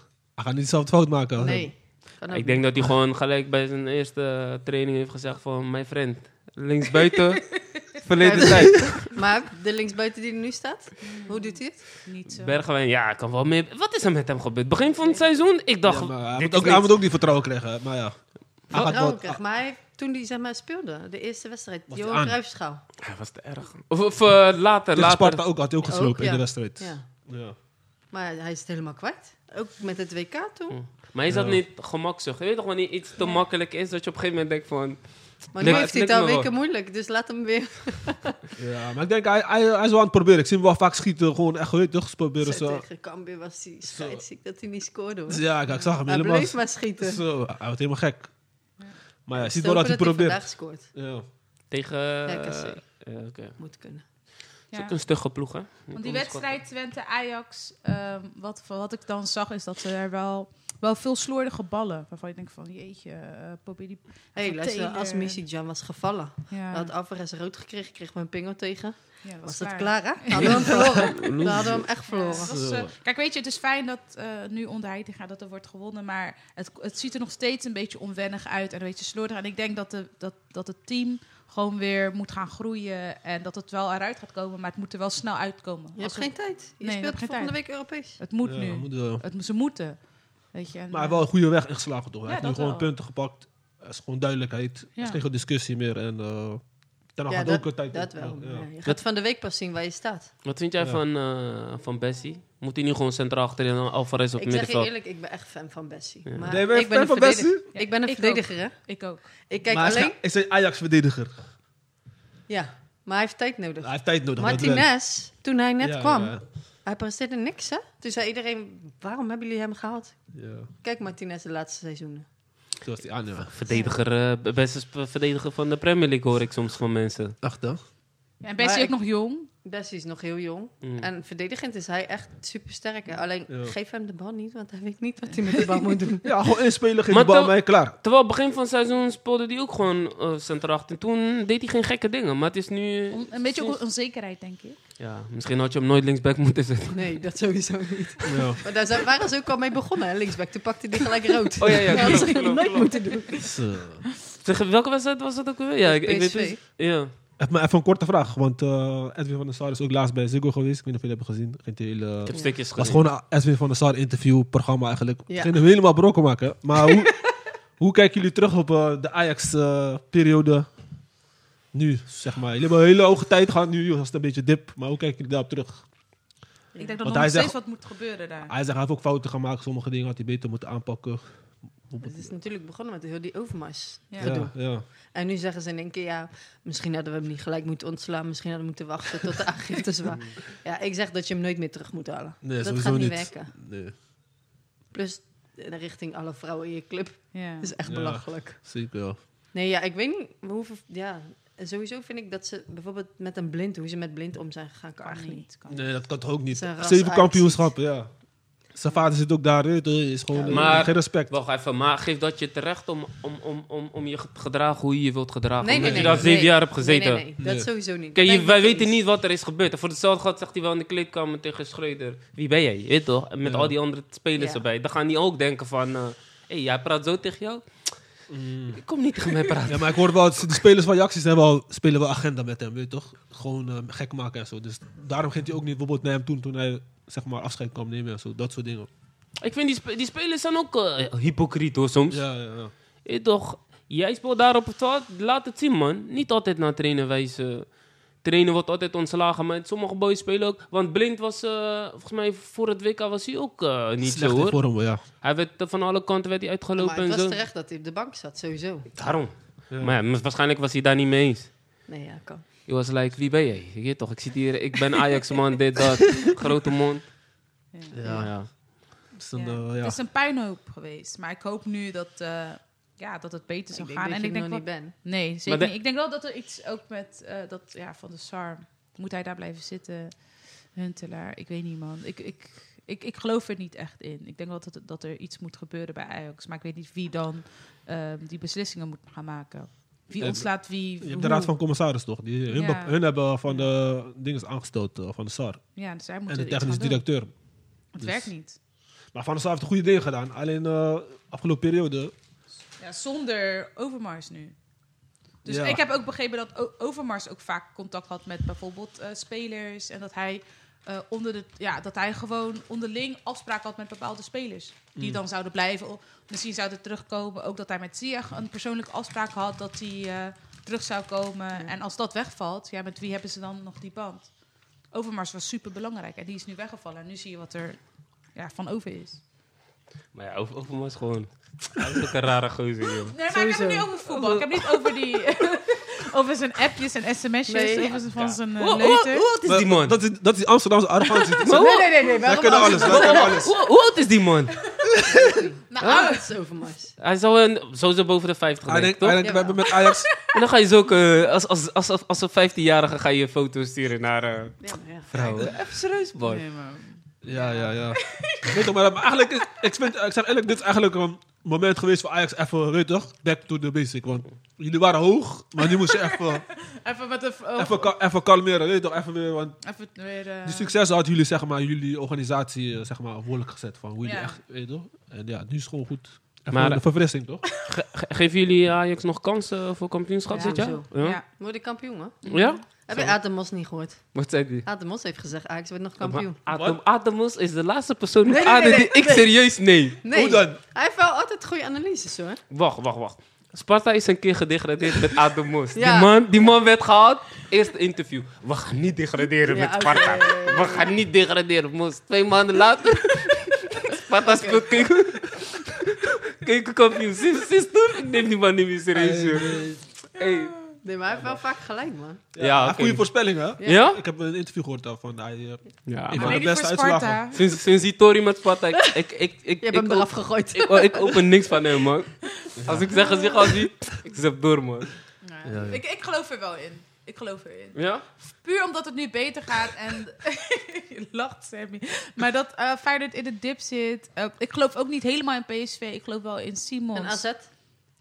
gaat niet zelf het fout maken. Nee. Kan ook Ik denk dat hij gewoon gelijk bij zijn eerste eh, training heeft gezegd van... Mijn friend, linksbuiten, verleden tijd. niet. Maar de linksbuiten die er nu staat, hoe doet hij het? Niet zo. Bergwijn, ja, kan wel meer... Wat is er met hem gebeurd? Begin van het seizoen? Ik dacht... Ja, maar hij, dit moet is ook, hij niks. moet ook die vertrouwen krijgen. Maar ja. Hij gaat Vertrouwen wel, krijgt. Oh, Maar hij, toen hij zeg maar, speelde, de eerste wedstrijd, Was hij Johan aan? Cruijffschaal. Hij was te erg. Of, of, eh, later, tegen later. Sparta ook, had hij ook Ja, geslopen ook, in de ja. wedstrijd. Ja. Ja. Maar hij is het helemaal kwijt. Ook met het WK toen. Maar is dat Ja. niet gemakzucht? Je weet toch wanneer iets te makkelijk is, dat je op een gegeven moment denkt van... Maar nu Nee, maar het heeft hij het lukt al me wel. weken moeilijk, dus laat hem weer Ja, maar ik denk, hij, hij, hij is wel aan het proberen. Ik zie hem wel vaak schieten. Gewoon echt geweten. Ze proberen Zo, zo. tegen Cambuur was hij scheidsziek dat hij niet scoorde. Hoor. Ja, kijk, ik zag hem Hij helemaal. bleef maar schieten. Zo, hij wordt helemaal gek. Maar ja, je ziet Stel wel dat hij probeert. vandaag scoort. Ja. Tegen... RKC. eh, ja, oké. Moet kunnen. Dat is Ja. ook een stugge ploeg, hè? Want die wedstrijd Twente-Ajax, ehm, wat, wat ik dan zag, is dat ze er wel, wel veel slordige ballen... waarvan je denkt van, jeetje, eh, probeer die... Hé, hey, Van luister, Taylor. als Missy Jan was gevallen, Ja, had Alvarez rood gekregen, kreeg we een pingel tegen. ja, Was dat klaar, hè? Hadden we hem verloren. Dan hadden we hem echt Ja, verloren. dat was, eh, kijk, weet je, het is fijn dat eh, nu onder Heitinga dat er wordt gewonnen, maar het, het ziet er nog steeds een beetje onwennig uit en een beetje slordig. En ik denk dat, de, dat, dat het team gewoon weer moet gaan groeien en dat het wel eruit gaat komen, maar het moet er wel snel uitkomen. Je Als het, hebt geen tijd. Je Nee, je hebt speelt geen volgende tijd. week Europees. het moet Ja, nu. hij moet wel. Het, ze moeten. Weet je, en, Maar eh, wel een goede weg ingeslagen toch? Hij Ja, heeft nu dat gewoon wel. punten gepakt. Er is gewoon duidelijkheid. Er Ja. is geen goede discussie meer. En eh daarna Ja, gaat dat- ook een tijd. Dat op. wel. Ja. Ja, je gaat van de week pas zien waar je staat. Wat vind jij Ja. van, eh, van Bessie? Moet hij nu gewoon centraal achterin en Alvarez op Ik zeg je middenveld? eerlijk, ik ben echt fan van Bessie. Ja. Maar Nee, ben je ik ben fan een van verdediger. Bessie? Ik ben een Ik ook. verdediger, hè? Ik ook. Ik kijk maar hij is alleen. geen- is een Ajax-verdediger. Ja, maar hij heeft tijd nodig. Hij heeft tijd nodig. dat wel. Martinez, toen hij net Ja, kwam, ja, hij presteerde niks, hè? Toen zei iedereen, waarom hebben jullie hem gehaald? ja. Kijk Martinez de laatste seizoenen. Toen was hij aan, ja. Verdediger, eh, beste sp- verdediger van de Premier League hoor ik soms van mensen. Echt, hè? Ja, en Bessie Maar ook ik- nog jong. Bessie is nog heel jong. Mm. En verdedigend is hij echt supersterk. hè. Alleen Ja. geef hem de bal niet, want hij weet niet wat hij met de bal moet doen. Ja, gewoon inspelen, geen Maar bal toch- mee, klaar. Terwijl begin van het seizoen speelde hij ook gewoon eh centraal achterin. Toen deed hij geen gekke dingen, maar het is nu... On- een beetje on- onzekerheid, denk ik. Ja, misschien had je hem nooit linksback moeten zetten. Nee, dat sowieso niet. Ja. Maar daar zijn- waren ze ook al mee begonnen, hè, linksback. Toen pakte hij gelijk rood. Oh ja, ja, Dat hadden ze klopt, nooit klopt, klopt. moeten doen. Zo. Tegen welke wedstrijd was dat ook weer? Ja, ik, ik weet PSV. het. Ja. Even, maar even een korte vraag, want eh, Edwin van der Sar is ook laatst bij Ziggo geweest. Ik weet niet of jullie hebben gezien. Geen hele... Ik heb stukjes Het was gezien. gewoon een Edwin van der Sar interview programma eigenlijk. Ja. We gingen helemaal brokken maken. Maar hoe, hoe kijken jullie terug op eh, de Ajax eh, periode? Nu, zeg maar. Jullie hebben een hele hoge tijd gehad nu. Was het een beetje dip. Maar hoe kijken jullie daarop terug? Ik denk dat Want nog hij steeds zegt- wat moet gebeuren daar. Hij zegt, hij heeft ook fouten gemaakt. Sommige dingen had hij beter moeten aanpakken. Het is natuurlijk begonnen met heel die overmars. Ja. gedoe. Ja, ja. En nu zeggen ze in één keer, ja, misschien hadden we hem niet gelijk moeten ontslaan. Misschien hadden we moeten wachten tot de aangifte is waar. Ja, ik zeg dat je hem nooit meer terug moet halen. Nee, dat sowieso gaat niet, niet. werken. Nee, Plus eh, richting alle vrouwen in je club. Ja. Dat is echt Ja. belachelijk. zeker ja. Nee, ja, ik weet niet hoeveel... Ja, sowieso vind ik dat ze bijvoorbeeld met een blind... Hoe ze met blind om zijn gegaan, kan Kan echt niet. niet. Kan Nee, dat kan toch ook niet. Zijn ras Zeven uit. kampioenschappen, ja. Zijn vader zit ook daar. hè, toch, Is gewoon Ja. eh, Maar- geen respect. Wacht even, maar geef dat je terecht om, om, om, om, om je gedragen hoe je je wilt gedragen. Nee, nee, Omdat nee. je daar zeven nee. jaar hebt gezeten. Nee, nee, nee. Dat Nee. sowieso niet. Kijk, je- Ben ik wij mee weten eens. niet wat er is gebeurd. En voor hetzelfde geld zegt hij wel in de kleedkamer tegen Schreuder. Wie ben jij? Je Weet toch? En met Ja. al die andere spelers Ja. erbij. Dan gaan die ook denken van... eh, hey, jij praat zo tegen jou? Mm. Ik kom niet tegen mij praten. Ja, maar ik hoor wel, de spelers van Ajax hebben al, spelen wel agenda met hem, weet je toch? Gewoon eh, gek maken en zo. Dus daarom ging hij ook niet bijvoorbeeld naar hem toen, toen hij zeg maar, afscheid kwam nemen en zo. Dat soort dingen. Ik vind die, spe- die spelers zijn ook eh, hypocriet hoor soms. Ja, ja, ja. Je Weet toch? Jij speelt daar op het veld. Laat het zien man. Niet altijd naar trainen wijzen. Trainen wordt altijd ontslagen. Maar sommige boys spelen ook. Want Blind was... eh, volgens mij voor het WK was hij ook eh, niet Slecht zo in hoor. vorm, ja. Hij werd, eh, van alle kanten werd hij Maar uitgelopen het en zo. was terecht dat hij op de bank zat, sowieso. Daarom. Ja. Maar ja, mis- waarschijnlijk was hij daar niet mee eens. Nee, ja, kan. Hij was like, wie ben jij? Je weet toch, ik zit hier, ik ben Ajax man, dit, dat. Grote mond. Ja. Ja, ja. Het is een, Ja. Dus- eh, ja. Het is een pijnhoop geweest. Maar ik hoop nu dat, eh, ja, dat het beter Ik zou denk gaan. dat en je ik hem denk nog wel, niet ben. Nee, zeker de- niet. Ik denk wel dat er iets ook met eh, dat ja, van de SAR. Moet hij daar blijven zitten? Huntelaar, ik weet niet man. Ik, ik, ik, ik geloof er niet echt in. Ik denk wel dat, het- dat er iets moet gebeuren bij Ajax. Maar ik weet niet wie dan ehm, die beslissingen moet gaan maken. Wie Eh, ontslaat wie? Je hebt hoe. de raad van commissaris toch? Die, hun, Ja. bep- hun hebben van de dingen aangesteld, eh, van de SAR. Ja, dus hij moet En de er iets technisch gaan doen. directeur. Het dus- werkt niet. Maar Van der Sar heeft goede dingen gedaan. Alleen eh afgelopen periode. Ja, zonder Overmars nu. Dus Ja. ik heb ook begrepen dat O- Overmars ook vaak contact had met bijvoorbeeld eh, spelers. En dat hij, eh, onder de, ja, dat hij gewoon onderling afspraken had met bepaalde spelers. Die dan zouden blijven. O- Misschien zouden terugkomen. Ook dat hij met Ziyech een persoonlijke afspraak had dat hij eh, terug zou komen. En als dat wegvalt, ja, met wie hebben ze dan nog die band? Overmars was super belangrijk en die is nu weggevallen. En nu zie je wat er ja, van over is. Maar ja, over, Overmars gewoon. Hij is ook een rare gozer, Nee, joh. maar ik heb het niet Sowieso. over voetbal. Ik heb niet over die... over zijn appjes en sms'jes. Nee. Over zijn, van Ja. zijn eh, Hoe hoe- leuter. hoe oud is die man? Dat is, dat is Amsterdamse arrogantie. Maar hoe- nee, nee. Wij kunnen alles, wij hoe- kunnen hoe- alles. hoe- Hoe oud is die man? Nou, ah. dat is overmars. Hij is al een, sowieso boven de 50, Hij denk denkt, ik, toch? hij denkt, we hebben met Ajax En dan ga je zo ook, eh, als, als, als, als, als een 15-jarige ga je foto's sturen naar eh, Ja, maar ja. vrouwen. Even serieus, boy. Nee, maar- Ja, ja, ja. weet toch, maar maar eigenlijk, is, ik, vind, ik zeg eerlijk, dit is eigenlijk een moment geweest voor Ajax even, weet toch, back to the basic. Want jullie waren hoog, maar nu moest je even, Even met een... oh, even, ka- even kalmeren, weet toch, even weer. Want even weer... eh, die successen had jullie, zeg maar, jullie organisatie, eh, zeg maar, behoorlijk gezet van hoe jullie Ja. echt, weet toch. En ja, nu is het gewoon goed. Even Maar- de verfrissing, toch? Ge- ge- geven jullie Ajax nog kansen voor kampioenschap Ja, dit jaar? sowieso. Ja? ja. Word ik kampioen, hoor. Ja? Heb je Aad de Mos niet gehoord? Wat zei die? Aad de Mos heeft gezegd, Ajax wordt nog kampioen. Maar Atom, Atomos is de laatste persoon met Nee, nee, aarde nee, Ah, die nee. ik serieus neem. Nee, Hoe dan? hij heeft wel altijd goede analyses, hoor. Wacht, wacht, wacht. Sparta is een keer gedegradeerd met Atomos. Ja. Die, man, die man werd gehaald. Eerste interview. We gaan niet degraderen Ja, met Sparta. oké, ja, ja, ja. We gaan niet degraderen, Mos. Twee maanden later. Sparta speelt keuken. Keukenkampioen. Sinds, sinds toen, ik neem die man niet meer serieus. joh. Hey. Nee, maar hij heeft wel vaak gelijk, man. Ja, Hij heeft oké. Goede voorspellingen, hè? Ja? Ik heb een interview gehoord daarvan. Hij, eh, Ja, Ik maar man. de weet je, beste voor uitslagen. Sparta. Sinds, sinds die Tory met Sparta, ik, ik, ik, ik, Je hebt ik hem ook- eraf gegooid. Ik, oh, ik open niks van hem, man. Als ik zijn gezicht al zie, ik zet door, man. Ja. Ja, ja. Ik, ik geloof er wel in. Ik geloof erin. Ja? Puur omdat het nu beter gaat en... je lacht, Sammy. Maar dat eh Feyenoord in de dip zit. Eh, ik geloof ook niet helemaal in PSV. Ik geloof wel in Simons. En AZ,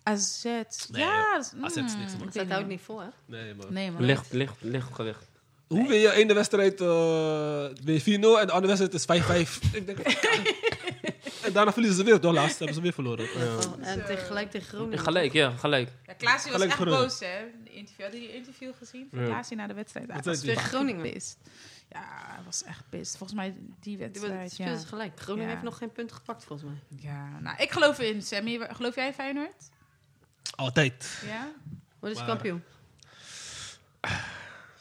AZ. Nee, ja, AZ is niks, man. mm, ik AZ weet houdt niet vol, hè? nee, man. Nee, man. Licht, licht, licht gewicht. Hoe wil je ene wedstrijd eh, ben je 4-0 en de andere wedstrijd is 5-5? ik denk, en daarna verliezen ze weer, toch? Laatst hebben ze weer verloren. Oh, En tegelijk tegen Groningen. Gelijk, ja, gelijk. Ja, Klaasie was Gelijk echt Groningen. boos, hè? De interview, had je die interview gezien? Van Ja. Klaasie na de wedstrijd. Hij Wat was zei die? Tegen Groningen. fucking pissed. Ja, hij was echt pissed. Volgens mij die Die wordt- wedstrijd, ja. speelden ze gelijk. Groningen Ja. heeft nog geen punt gepakt, volgens mij. ja. Nou, ik geloof in Sammy. Wa- Geloof jij in Feyenoord? Altijd. Ja? Wat is Maar- kampioen?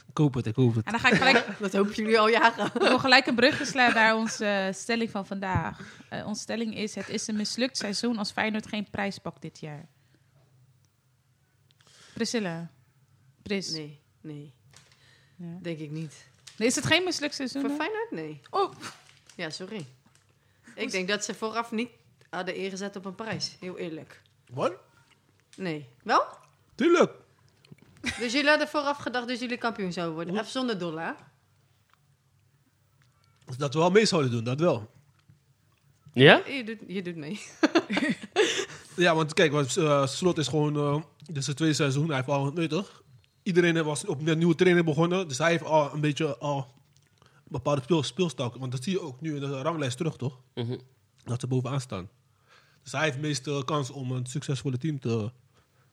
Ik hoop het, ik hoop het. En dan ga ik gelijk, Dat hopen jullie al jaren. ik wil gelijk een brug slaan naar onze eh, stelling van vandaag. Eh, onze stelling is, het is een mislukt seizoen als Feyenoord geen prijs pakt dit jaar. Priscilla. Pris. Nee, nee, Ja. denk ik niet. Is het geen mislukt seizoen? Voor hè? Feyenoord? Nee. Oh. Ja, sorry. Ik denk dat ze vooraf niet hadden ingezet op een prijs. Heel eerlijk. Wat? Nee. Wel? Tuurlijk. Dus jullie hadden vooraf gedacht dat jullie kampioen zouden worden. Even zonder dollar. Dus dat we wel mee zouden doen, dat wel. Ja? Je doet, je doet mee. Ja, want kijk, want, eh, Slot is gewoon... eh dit is het tweede seizoen, hij heeft al... Weet je toch? Iedereen was op een nieuwe trainer begonnen. Dus hij heeft al een beetje al een bepaalde speel, speelstijl. Want dat zie je ook nu in de ranglijst terug, toch? Mhm. Dat ze bovenaan staan. Dus hij heeft de meeste kans om een succesvolle team te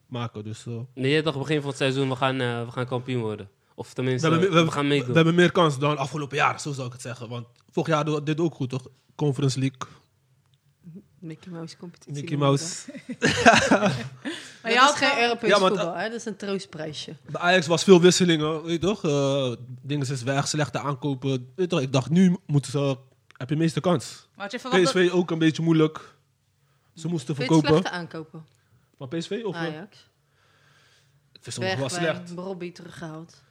maken. Dus, eh, Nee, jij dacht begin van het seizoen, we gaan, eh, we gaan kampioen worden. Of we, tenminste, hebben, meer- we, we, hebben- gaan we meedoen. hebben meer kans dan afgelopen jaar, zo zou ik het zeggen. Want vorig jaar deed dit ook goed, toch? Conference League, Mickey Mouse competitie. Mickey Mouse. Maar Maar je je had had wel- geen Europees Ja, want- voetbal, hè? Dat is een troostprijsje. Bij Ajax was veel wisselingen, weet je toch? Eh, dingen is weg, slechte aankopen. Weet je toch? Ik dacht, nu moeten ze, heb je de meeste kans. Maar had je verwacht dat- PSV ook een beetje moeilijk. Ze moesten Vind je het Ah, verkopen. slechte aankopen? Maar PSV of... eh, Ajax. ik vind sommige wel Bergwijn, slecht. Robbie teruggehaald.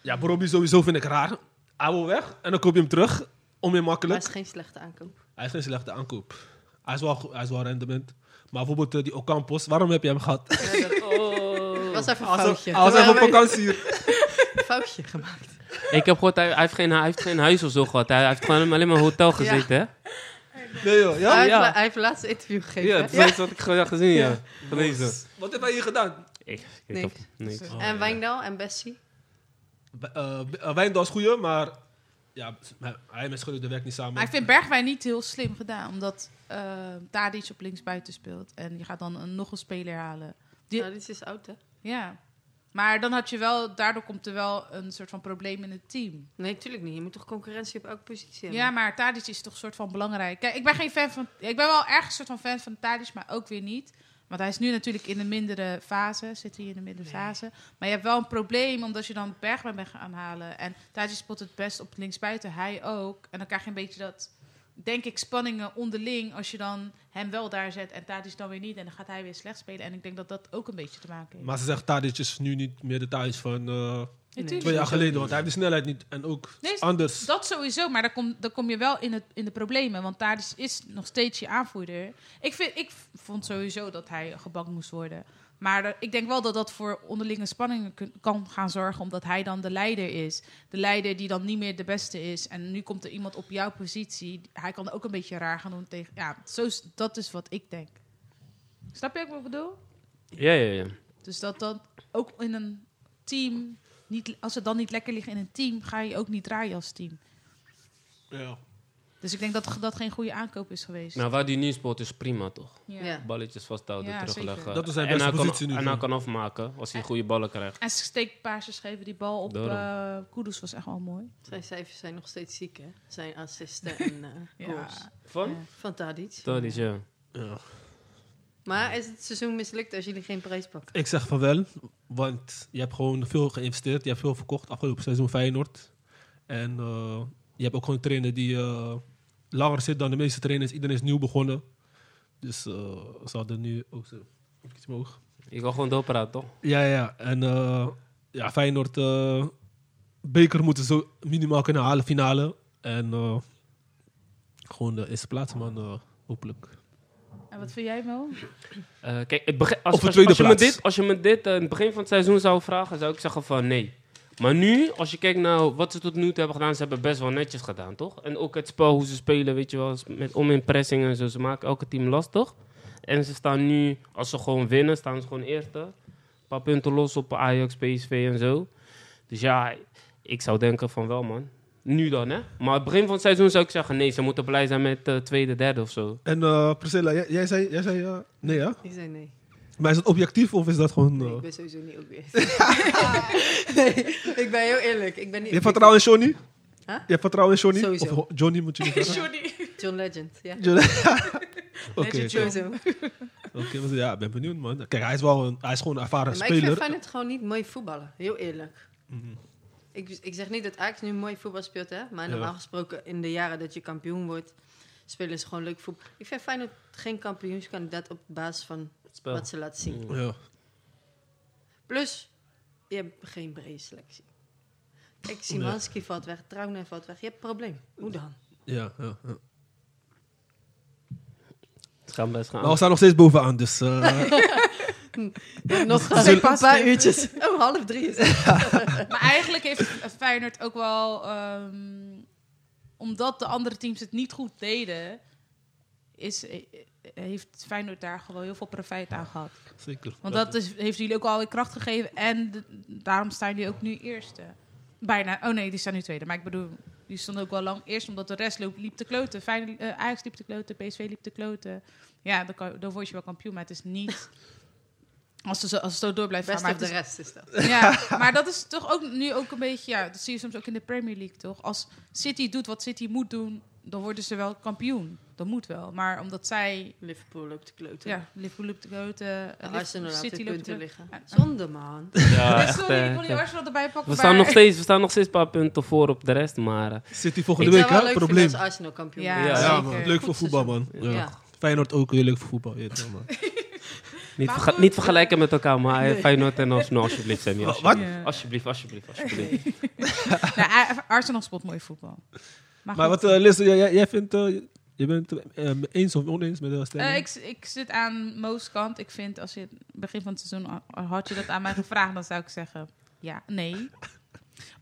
Ja, Bobby sowieso vind ik raar. Hij wil weg en dan koop je hem terug. Maar Onweermakkelijk. het is geen slechte aankoop. Hij is geen slechte aankoop. Hij is wel, go- hij is wel rendement. Maar bijvoorbeeld eh, die Ocampos, waarom heb je hem gehad? was even een Oh. Hij was foutje. hij was Toen even op waren we vakantie. een foutje gemaakt. Ik heb gehoord, hij, hij, heeft geen, hij heeft geen huis of zo gehad. Hij, hij heeft gewoon alleen maar hotel gezeten, hè? Nee joh, ja? hij, heeft, ja. la- hij heeft laatst een interview gegeven. Ja, hè? dat is wat ik ge- gezien, ja. Ja. Gelezen. Wat heb hij hier gedaan? Ik, ik Niks. heb niks. Oh, en ja. Wijndal en Bessie. B- eh, B- eh, Wijndal is goeie, maar... Ja, hij- hij en Schudder werkt niet samen. Maar ik vind Bergwijn niet heel slim gedaan, omdat eh Tadic op linksbuiten speelt. En je gaat dan een, nog een speler halen. Die- Nou, dit is oud, hè? Ja. Maar dan had je wel, daardoor komt er wel een soort van probleem in het team. Nee, tuurlijk niet. Je moet toch concurrentie op elke positie Ja, hebben? maar Tadic is toch een soort van belangrijk. Kijk, ik ben geen fan van. Ik ben wel ergens een soort van fan van Tadic, maar ook weer niet. Want hij is nu natuurlijk in de mindere fase. Zit hij in de mindere Nee. fase. Maar je hebt wel een probleem omdat je dan Bergwijn bent gaan halen. En Tadic spot het best op linksbuiten. Hij ook. En dan krijg je een beetje dat, denk ik, spanningen onderling. Als je dan hem wel daar zet en Tadic dan weer niet. En dan gaat hij weer slecht spelen. En ik denk dat dat ook een beetje te maken heeft. Maar ze zegt, Tadic is nu niet meer de Tadic van eh, Natuurlijk. twee jaar geleden. Want hij heeft de snelheid niet. En ook Nee, is- anders. Dat sowieso, maar dan kom, dan kom je wel in, het, in de problemen. Want daar is, is nog steeds je aanvoerder. Ik, vind, ik v- vond sowieso dat hij gebakt moest worden. Maar dat- ik denk wel dat dat voor onderlinge spanningen kun- kan gaan zorgen. Omdat hij dan de leider is. De leider die dan niet meer de beste is. En nu komt er iemand op jouw positie. Hij kan ook een beetje raar gaan doen tegen. Ja, zo, is- dat is wat ik denk. Snap je wat ik bedoel? Ja, ja, ja. Dus dat dan ook in een team. Niet, als het dan niet lekker ligt in een team, ga je ook niet draaien als team. Ja. Dus ik denk dat dat geen goede aankoop is geweest. Nou, waar die nu speelt is prima, toch? Ja. Balletjes vasthouden, Ja, terugleggen. zeker. Dat is zijn En beste hij kan- positie nu, En hij toch? kan afmaken als hij goede ballen krijgt. En steekpaasjes geven die bal op eh Daarom. Kudus was echt wel mooi. Zijn cijfers zijn nog steeds ziek, hè? Zijn assisten en eh Ja. goals. Van? Van Tadic. Dat is ja. Ja. Maar is het seizoen mislukt als jullie geen prijs pakken? Ik zeg van wel, want je hebt gewoon veel geïnvesteerd. Je hebt veel verkocht afgelopen seizoen Feyenoord. En eh, je hebt ook gewoon een trainer die eh, langer zit dan de meeste trainers. Iedereen is nieuw begonnen. Dus eh, ze hadden nu ook zo. Heb ik iets omhoog? Ik wil gewoon doorpraten, toch? Ja, ja. En eh, ja, Feyenoord, eh, beker moeten ze zo minimaal kunnen halen, finale. En eh, gewoon de eerste plaats, man, eh, hopelijk. En wat vind jij wel? Eh, kijk, het bege- als, Of de als- tweede als, je me plaats. dit, als je me dit eh, in het begin van het seizoen zou vragen, zou ik zeggen van nee. Maar nu, als je kijkt naar wat ze tot nu toe hebben gedaan, ze hebben best wel netjes gedaan, toch? En ook het spel, hoe ze spelen, weet je wel, is met om in pressing en zo. Ze maken elke team lastig. En ze staan nu, als ze gewoon winnen, staan ze gewoon eerste. Een paar punten los op Ajax, PSV en zo. Dus ja, ik zou denken van wel, man. Nu dan, hè? Maar het begin van het seizoen zou ik zeggen nee, ze moeten blij zijn met eh, tweede, derde of zo. En eh, Priscilla, jij, jij zei, jij zei eh, nee, ja? Ik zei nee. Maar is het objectief of is dat gewoon... Nee, eh, ik ben sowieso niet ook weer. nee, ik ben heel eerlijk. Ik ben niet Je hebt vertrouwen in Johnny? Huh? Je hebt vertrouwen in Johnny? Sowieso. Of ho- Johnny moet je niet zeggen. Sorry. John Legend, ja. Johnny- Oké. Legend oké. John. Sowieso. Oké, maar ja, ik ben benieuwd, man. Kijk, hij is wel een, hij is gewoon een ervaren maar ik vind speler. Feyenoord gewoon niet mooi voetballen, heel eerlijk. Mhm. Ik, ik zeg niet dat Ajax nu mooi voetbal speelt, hè? maar Ja. normaal gesproken in de jaren dat je kampioen wordt, spelen ze gewoon leuk voetbal. Ik vind Feyenoord geen kampioenskandidaat op basis van Het spel. wat ze laten zien. Ja. Plus, je hebt geen brede selectie. Kijk, Simanski valt weg, Trauner valt weg. Je hebt een probleem. Hoe dan? Ja, ja, ja. Ze gaan best gaan. Maar we staan nog steeds bovenaan, dus... eh, Nog Ze een past paar er. uurtjes. Oh, half drie is het. Maar eigenlijk heeft Feyenoord ook wel... ehm, omdat de andere teams het niet goed deden... Is, eh, heeft Feyenoord daar gewoon heel veel profijt aan gehad. zeker. Want dat is, heeft jullie ook alweer kracht gegeven. En de- daarom staan jullie ook nu eerste. Bijna. Oh nee, die staan nu tweede. Maar ik bedoel, die stonden ook wel lang eerst. Omdat de rest liep, liep te kloten. Fijn, eh, Ajax liep te kloten. PSV liep te kloten. Ja, dan, kan, dan word je wel kampioen. Maar het is niet... Als ze zo, als ze zo door blijven Best gaan. op Maar, dus- de het rest is dat. is- ja, maar dat is toch ook nu ook een beetje... Ja, dat zie je soms ook in de Premier League, toch? Als City doet wat City moet doen... dan worden ze wel kampioen. Dat moet wel. Maar omdat zij... Liverpool loopt te kloten. Ja, Liverpool loopt te kloten. De Liverpool- Arsenal laat de loopt te punten kloten. liggen. Ja. Zonde, man. Ja, Ja, echt, sorry, eh, ik wil die echt. Arsenal erbij pakken. we, staan maar- nog steeds, we staan nog steeds een paar punten voor op de rest, maar... eh, City Ik volgende zou week, wel hè? leuk Probleem. vinden als Arsenal kampioen Ja, wordt. Ja, Ja, zeker. man. Leuk voor Goed voetbal, man. Ja. Ja. Feyenoord ook heel leuk voor voetbal. je weet wel, man. niet, Maar verga- goed. niet vergelijken met elkaar, maar eh, Feyenoord en Arsenal, alsjeblieft, Sammy. Alsjeblieft, Wat? Ja. alsjeblieft, alspeelt alsjeblieft. Nou, A- Arsenal speelt mooi voetbal. Maar, Maar goed. wat, eh Liz, jij, jij- jij vindt... eh, je bent eh, eh, eens of oneens met de stelling? Eh, ik, ik zit aan Mo's kant. Ik vind, als je het begin van het seizoen a- had je dat aan mij gevraagd, dan zou ik zeggen, ja, nee.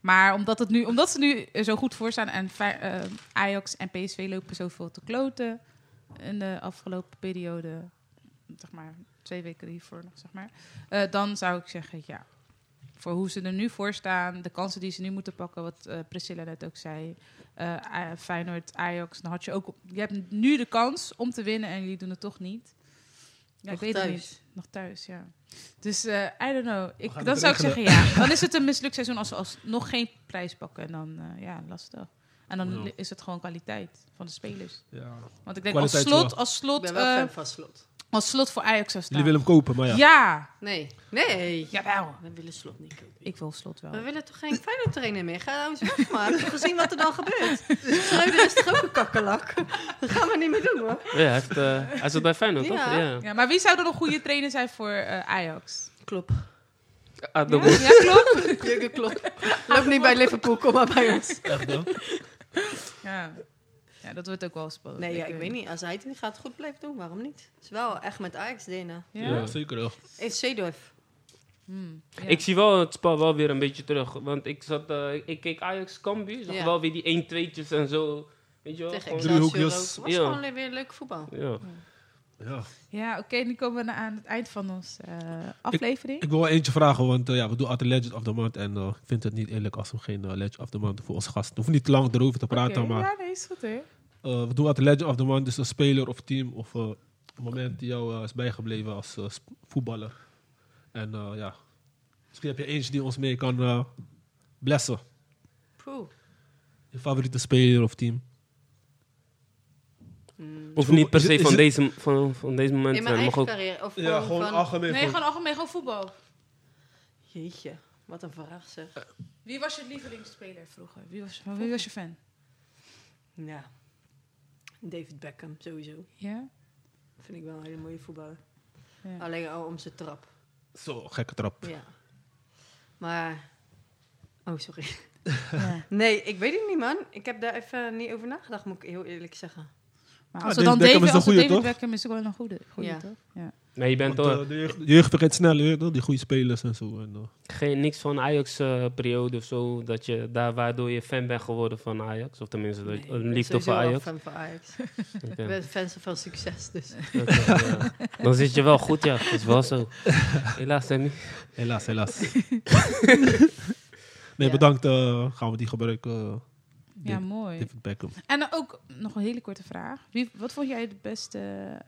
Maar omdat, het nu, omdat ze nu er zo goed voor staan en Fi- eh, Ajax en PSV lopen zoveel te kloten in de afgelopen periode, zeg maar twee weken hiervoor nog, zeg maar, eh, dan zou ik zeggen, ja. Voor hoe ze er nu voor staan, de kansen die ze nu moeten pakken, wat eh, Priscilla net ook zei, eh, A- Feyenoord, Ajax, dan had je ook. Je hebt nu de kans om te winnen en jullie doen het toch niet. Ja, Nog ik weet het thuis. niet. Nog thuis, ja. Dus eh, I don't know. Ik, gaan dan het zou ik zeggen regelen. ja. Dan is het een mislukt seizoen als ze als nog geen prijs pakken. En dan eh, ja, lastig. En dan Ja. is het gewoon kwaliteit van de spelers. Ja. Want ik denk Kwaliteit als slot, wel. als Ik slot, ben wel eh, fan van Slot. als slot voor Ajax zou staan. Jullie willen hem kopen, maar ja. Ja, Nee. Nee. jawel. We willen Slot niet kopen. Ik wil slot wel. We willen toch geen Feyenoord trainer meer? Ga nou eens weg, man. Heb je gezien wat er dan gebeurt? Schreuder is toch ook een kakkelak? Dat gaan we niet meer doen, hoor. Ja, hij, heeft, eh, hij zat bij Feyenoord, toch? Ja. Ja. Ja, maar wie zou dan een goede trainer zijn voor eh, Ajax? Klopt. Ah, Ja, de boel. ja, klopt. Jurgen Klopp. Loop niet bij Liverpool, kom maar bij ons. Echt, hè? Ja. ja, dat wordt ook wel spannend. Nee, ja, ik weet niet. Als hij het niet gaat goed blijven doen, waarom niet? Het is wel echt met Ajax DNA. Ja? Ja, zeker wel. Heeft Seedorf. Hmm, ja. Ik zie wel het spel wel weer een beetje terug. Want ik, zat, eh, ik keek Ajax Cambuur, zag Ja. wel weer die 1-2'tjes en zo. Weet je wel? Tegen gewoon- Excelsior ook. driehoekjes. was Ja. gewoon weer leuk voetbal. ja. Ja. Ja, oké, nu komen we aan het eind van onze eh, aflevering. Ik wil wel eentje vragen, want eh, ja, we doen altijd Legend of the Month. En eh, ik vind het niet eerlijk als we geen eh, Legend of the Month voor onze gasten. We hoeven niet te lang erover te Oké, praten, maar Ja, nee, is goed hoor. eh, we doen altijd Legend of the Month. Dus een speler of team of eh, een moment die jou eh, is bijgebleven als eh, sp- voetballer. En eh, ja, misschien heb je eentje die ons mee kan eh blessen. Poeh. Je favoriete speler of team. Of niet per Is het- se is van het- deze, van, van deze moment In zijn. mijn maar eigen ook, carrière. Of Ja, gewoon van... algemeen. Nee, gewoon algemeen, gewoon voetbal. Jeetje, wat een vraag zeg. Wie was je lievelingsspeler vroeger? Wie was, van wie was je fan? Ja. David Beckham, sowieso. Ja? Vind ik wel een hele mooie voetballer. Ja. Alleen al om zijn trap. Zo, gekke trap. Ja. Maar... Oh, sorry. Ja. Nee, ik weet het niet, man. Ik heb daar even niet over nagedacht, moet ik heel eerlijk zeggen. Maar Ja, als we David dan Beckham is David, een als we goeie, David toch? Beckham is ook wel een goede, goede Ja. toch? Ja. nee, je bent Want, toch eh, de, jeugd, de jeugd vergeet snel, je weet toch, die goede spelers en zo. En, eh, geen, niks van Ajax-periode of zo. Dat je daar waardoor je fan bent geworden van Ajax. Of tenminste, dat- Nee, ik ben een liefde voor sowieso wel Ajax. fan van Ajax. Oké. Ik ben fan van succes, dus. Oké, ja. Dan zit je wel goed, ja. Dat is wel zo. Helaas, Sammy. Helaas, helaas. nee, Ja. bedankt. eh, gaan we die gebruiken, eh, ja, mooi. David Beckham. En dan ook nog een hele korte vraag. Wie, wat vond jij het beste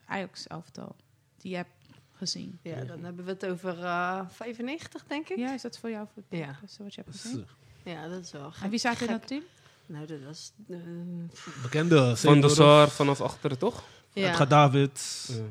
Ajax-elftal die je hebt gezien? Ja, dan hebben we het over eh, 95, denk ik. Ja, is dat voor jou voor het Ja. beste wat je hebt Dus, gezien? Ja, dat is wel gek. En wie zag je in gek. dat team? Nou, dat was... eh, bekende. Van de Seedorf, Sar vanaf achteren, toch? ja. Edgar David. Ja.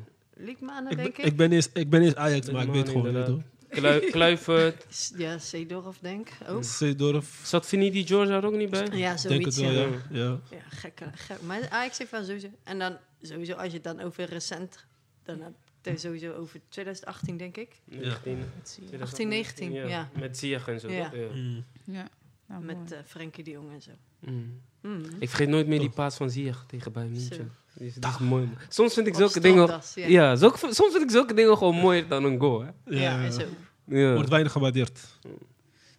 Liedmanen, Ik, denk ben- ik. ik ben eens, ik ben eens Ajax, Ben maar ik man, weet gewoon niet inderdaad. hoor. Klui- Kluivert. S- Ja, Seedorf, denk ik. Ook. Seedorf, eh, Zat Vinnie Di George er ook niet bij? Ja, denk het zoiets. wel, ja. ja. ja. ja. Ja, gek, gek. Maar Ajax heeft wel sowieso... En dan sowieso, als je het dan over recent... Dan heb je het sowieso over 2018, denk ik. 19, Dat zie je. 2018, 19, ja. Met Ziyech en zo. Ja. toch? Ja. Mm. Ja. Nou, Met mooi. eh, Frenkie de Jong en zo. Mm. Mm. Ik vergeet nooit meer die paas van Ziyech tegen Bayern Zo. München. Die is, die is mooi. man. Soms vind ik Op zulke dingen... stropdas, Ja, Ja, zulke- soms vind ik zulke dingen gewoon mooier dan een goal, hè. ja, Ja, en zo. Ja. Wordt weinig gewaardeerd. eh,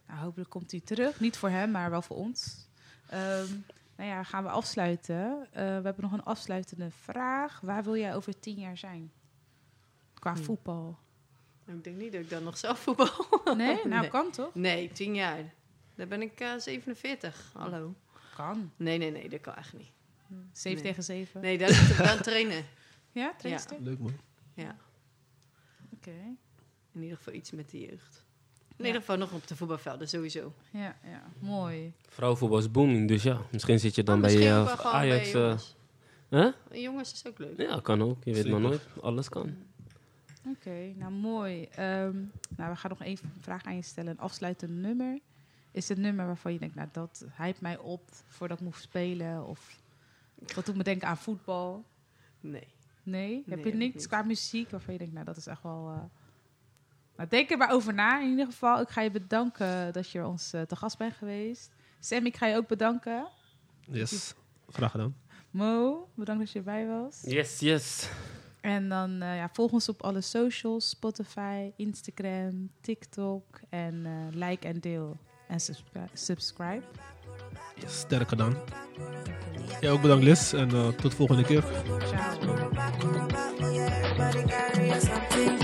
Nou, hopelijk komt hij terug. Niet voor hem, maar wel voor ons. Ehm, nou ja, gaan we afsluiten. Eh, we hebben nog een afsluitende vraag. Waar wil jij over tien jaar zijn? Qua Hmm. voetbal. Ik denk niet dat ik dan nog zelf voetbal... Nee? Nou, Nee. kan toch? Nee, tien jaar. Dan ben ik eh, 47. Hallo. Kan. Nee, nee, nee, dat kan echt niet. 7 Nee. tegen 7. Nee, dan, dan trainen. Ja, trainstuk? Leuk man. Ja, Oké. in ieder geval iets met de jeugd. In Ja. ieder geval nog op de voetbalvelden, sowieso. Oh, Ja, ja, mooi. Vrouwenvoetbal is booming, dus ja. Misschien zit je dan Maar bij Oh, misschien eh, ook wel gewoon Ajax. bij eh, jongens. hè? jongens is ook leuk. Ja, kan ook. Je weet maar Zeker. nooit. Alles kan. Oké, nou mooi. Ehm, nou, we gaan nog even een vraag aan je stellen. Een afsluitend nummer. Is het nummer waarvan je denkt, nou dat hype mij op voordat ik moet spelen? Of dat doet me denken aan voetbal? Nee. Nee? heb Heb ik je niks niet. qua muziek waarvan je denkt, nou dat is echt wel... eh, Nou, denk er maar over na in ieder geval. Ik ga je bedanken dat je ons eh, te gast bent geweest. Sam, ik ga je ook bedanken. Yes. Graag gedaan. Mo, bedankt dat je erbij was. Yes, yes. En dan eh, ja, volg ons op alle socials: Spotify, Instagram, TikTok. En eh, like en deel. En subscri- subscribe. Yes, sterk gedaan. Jij ook bedankt Liz en eh, tot volgende keer. Ciao. Everybody carry something.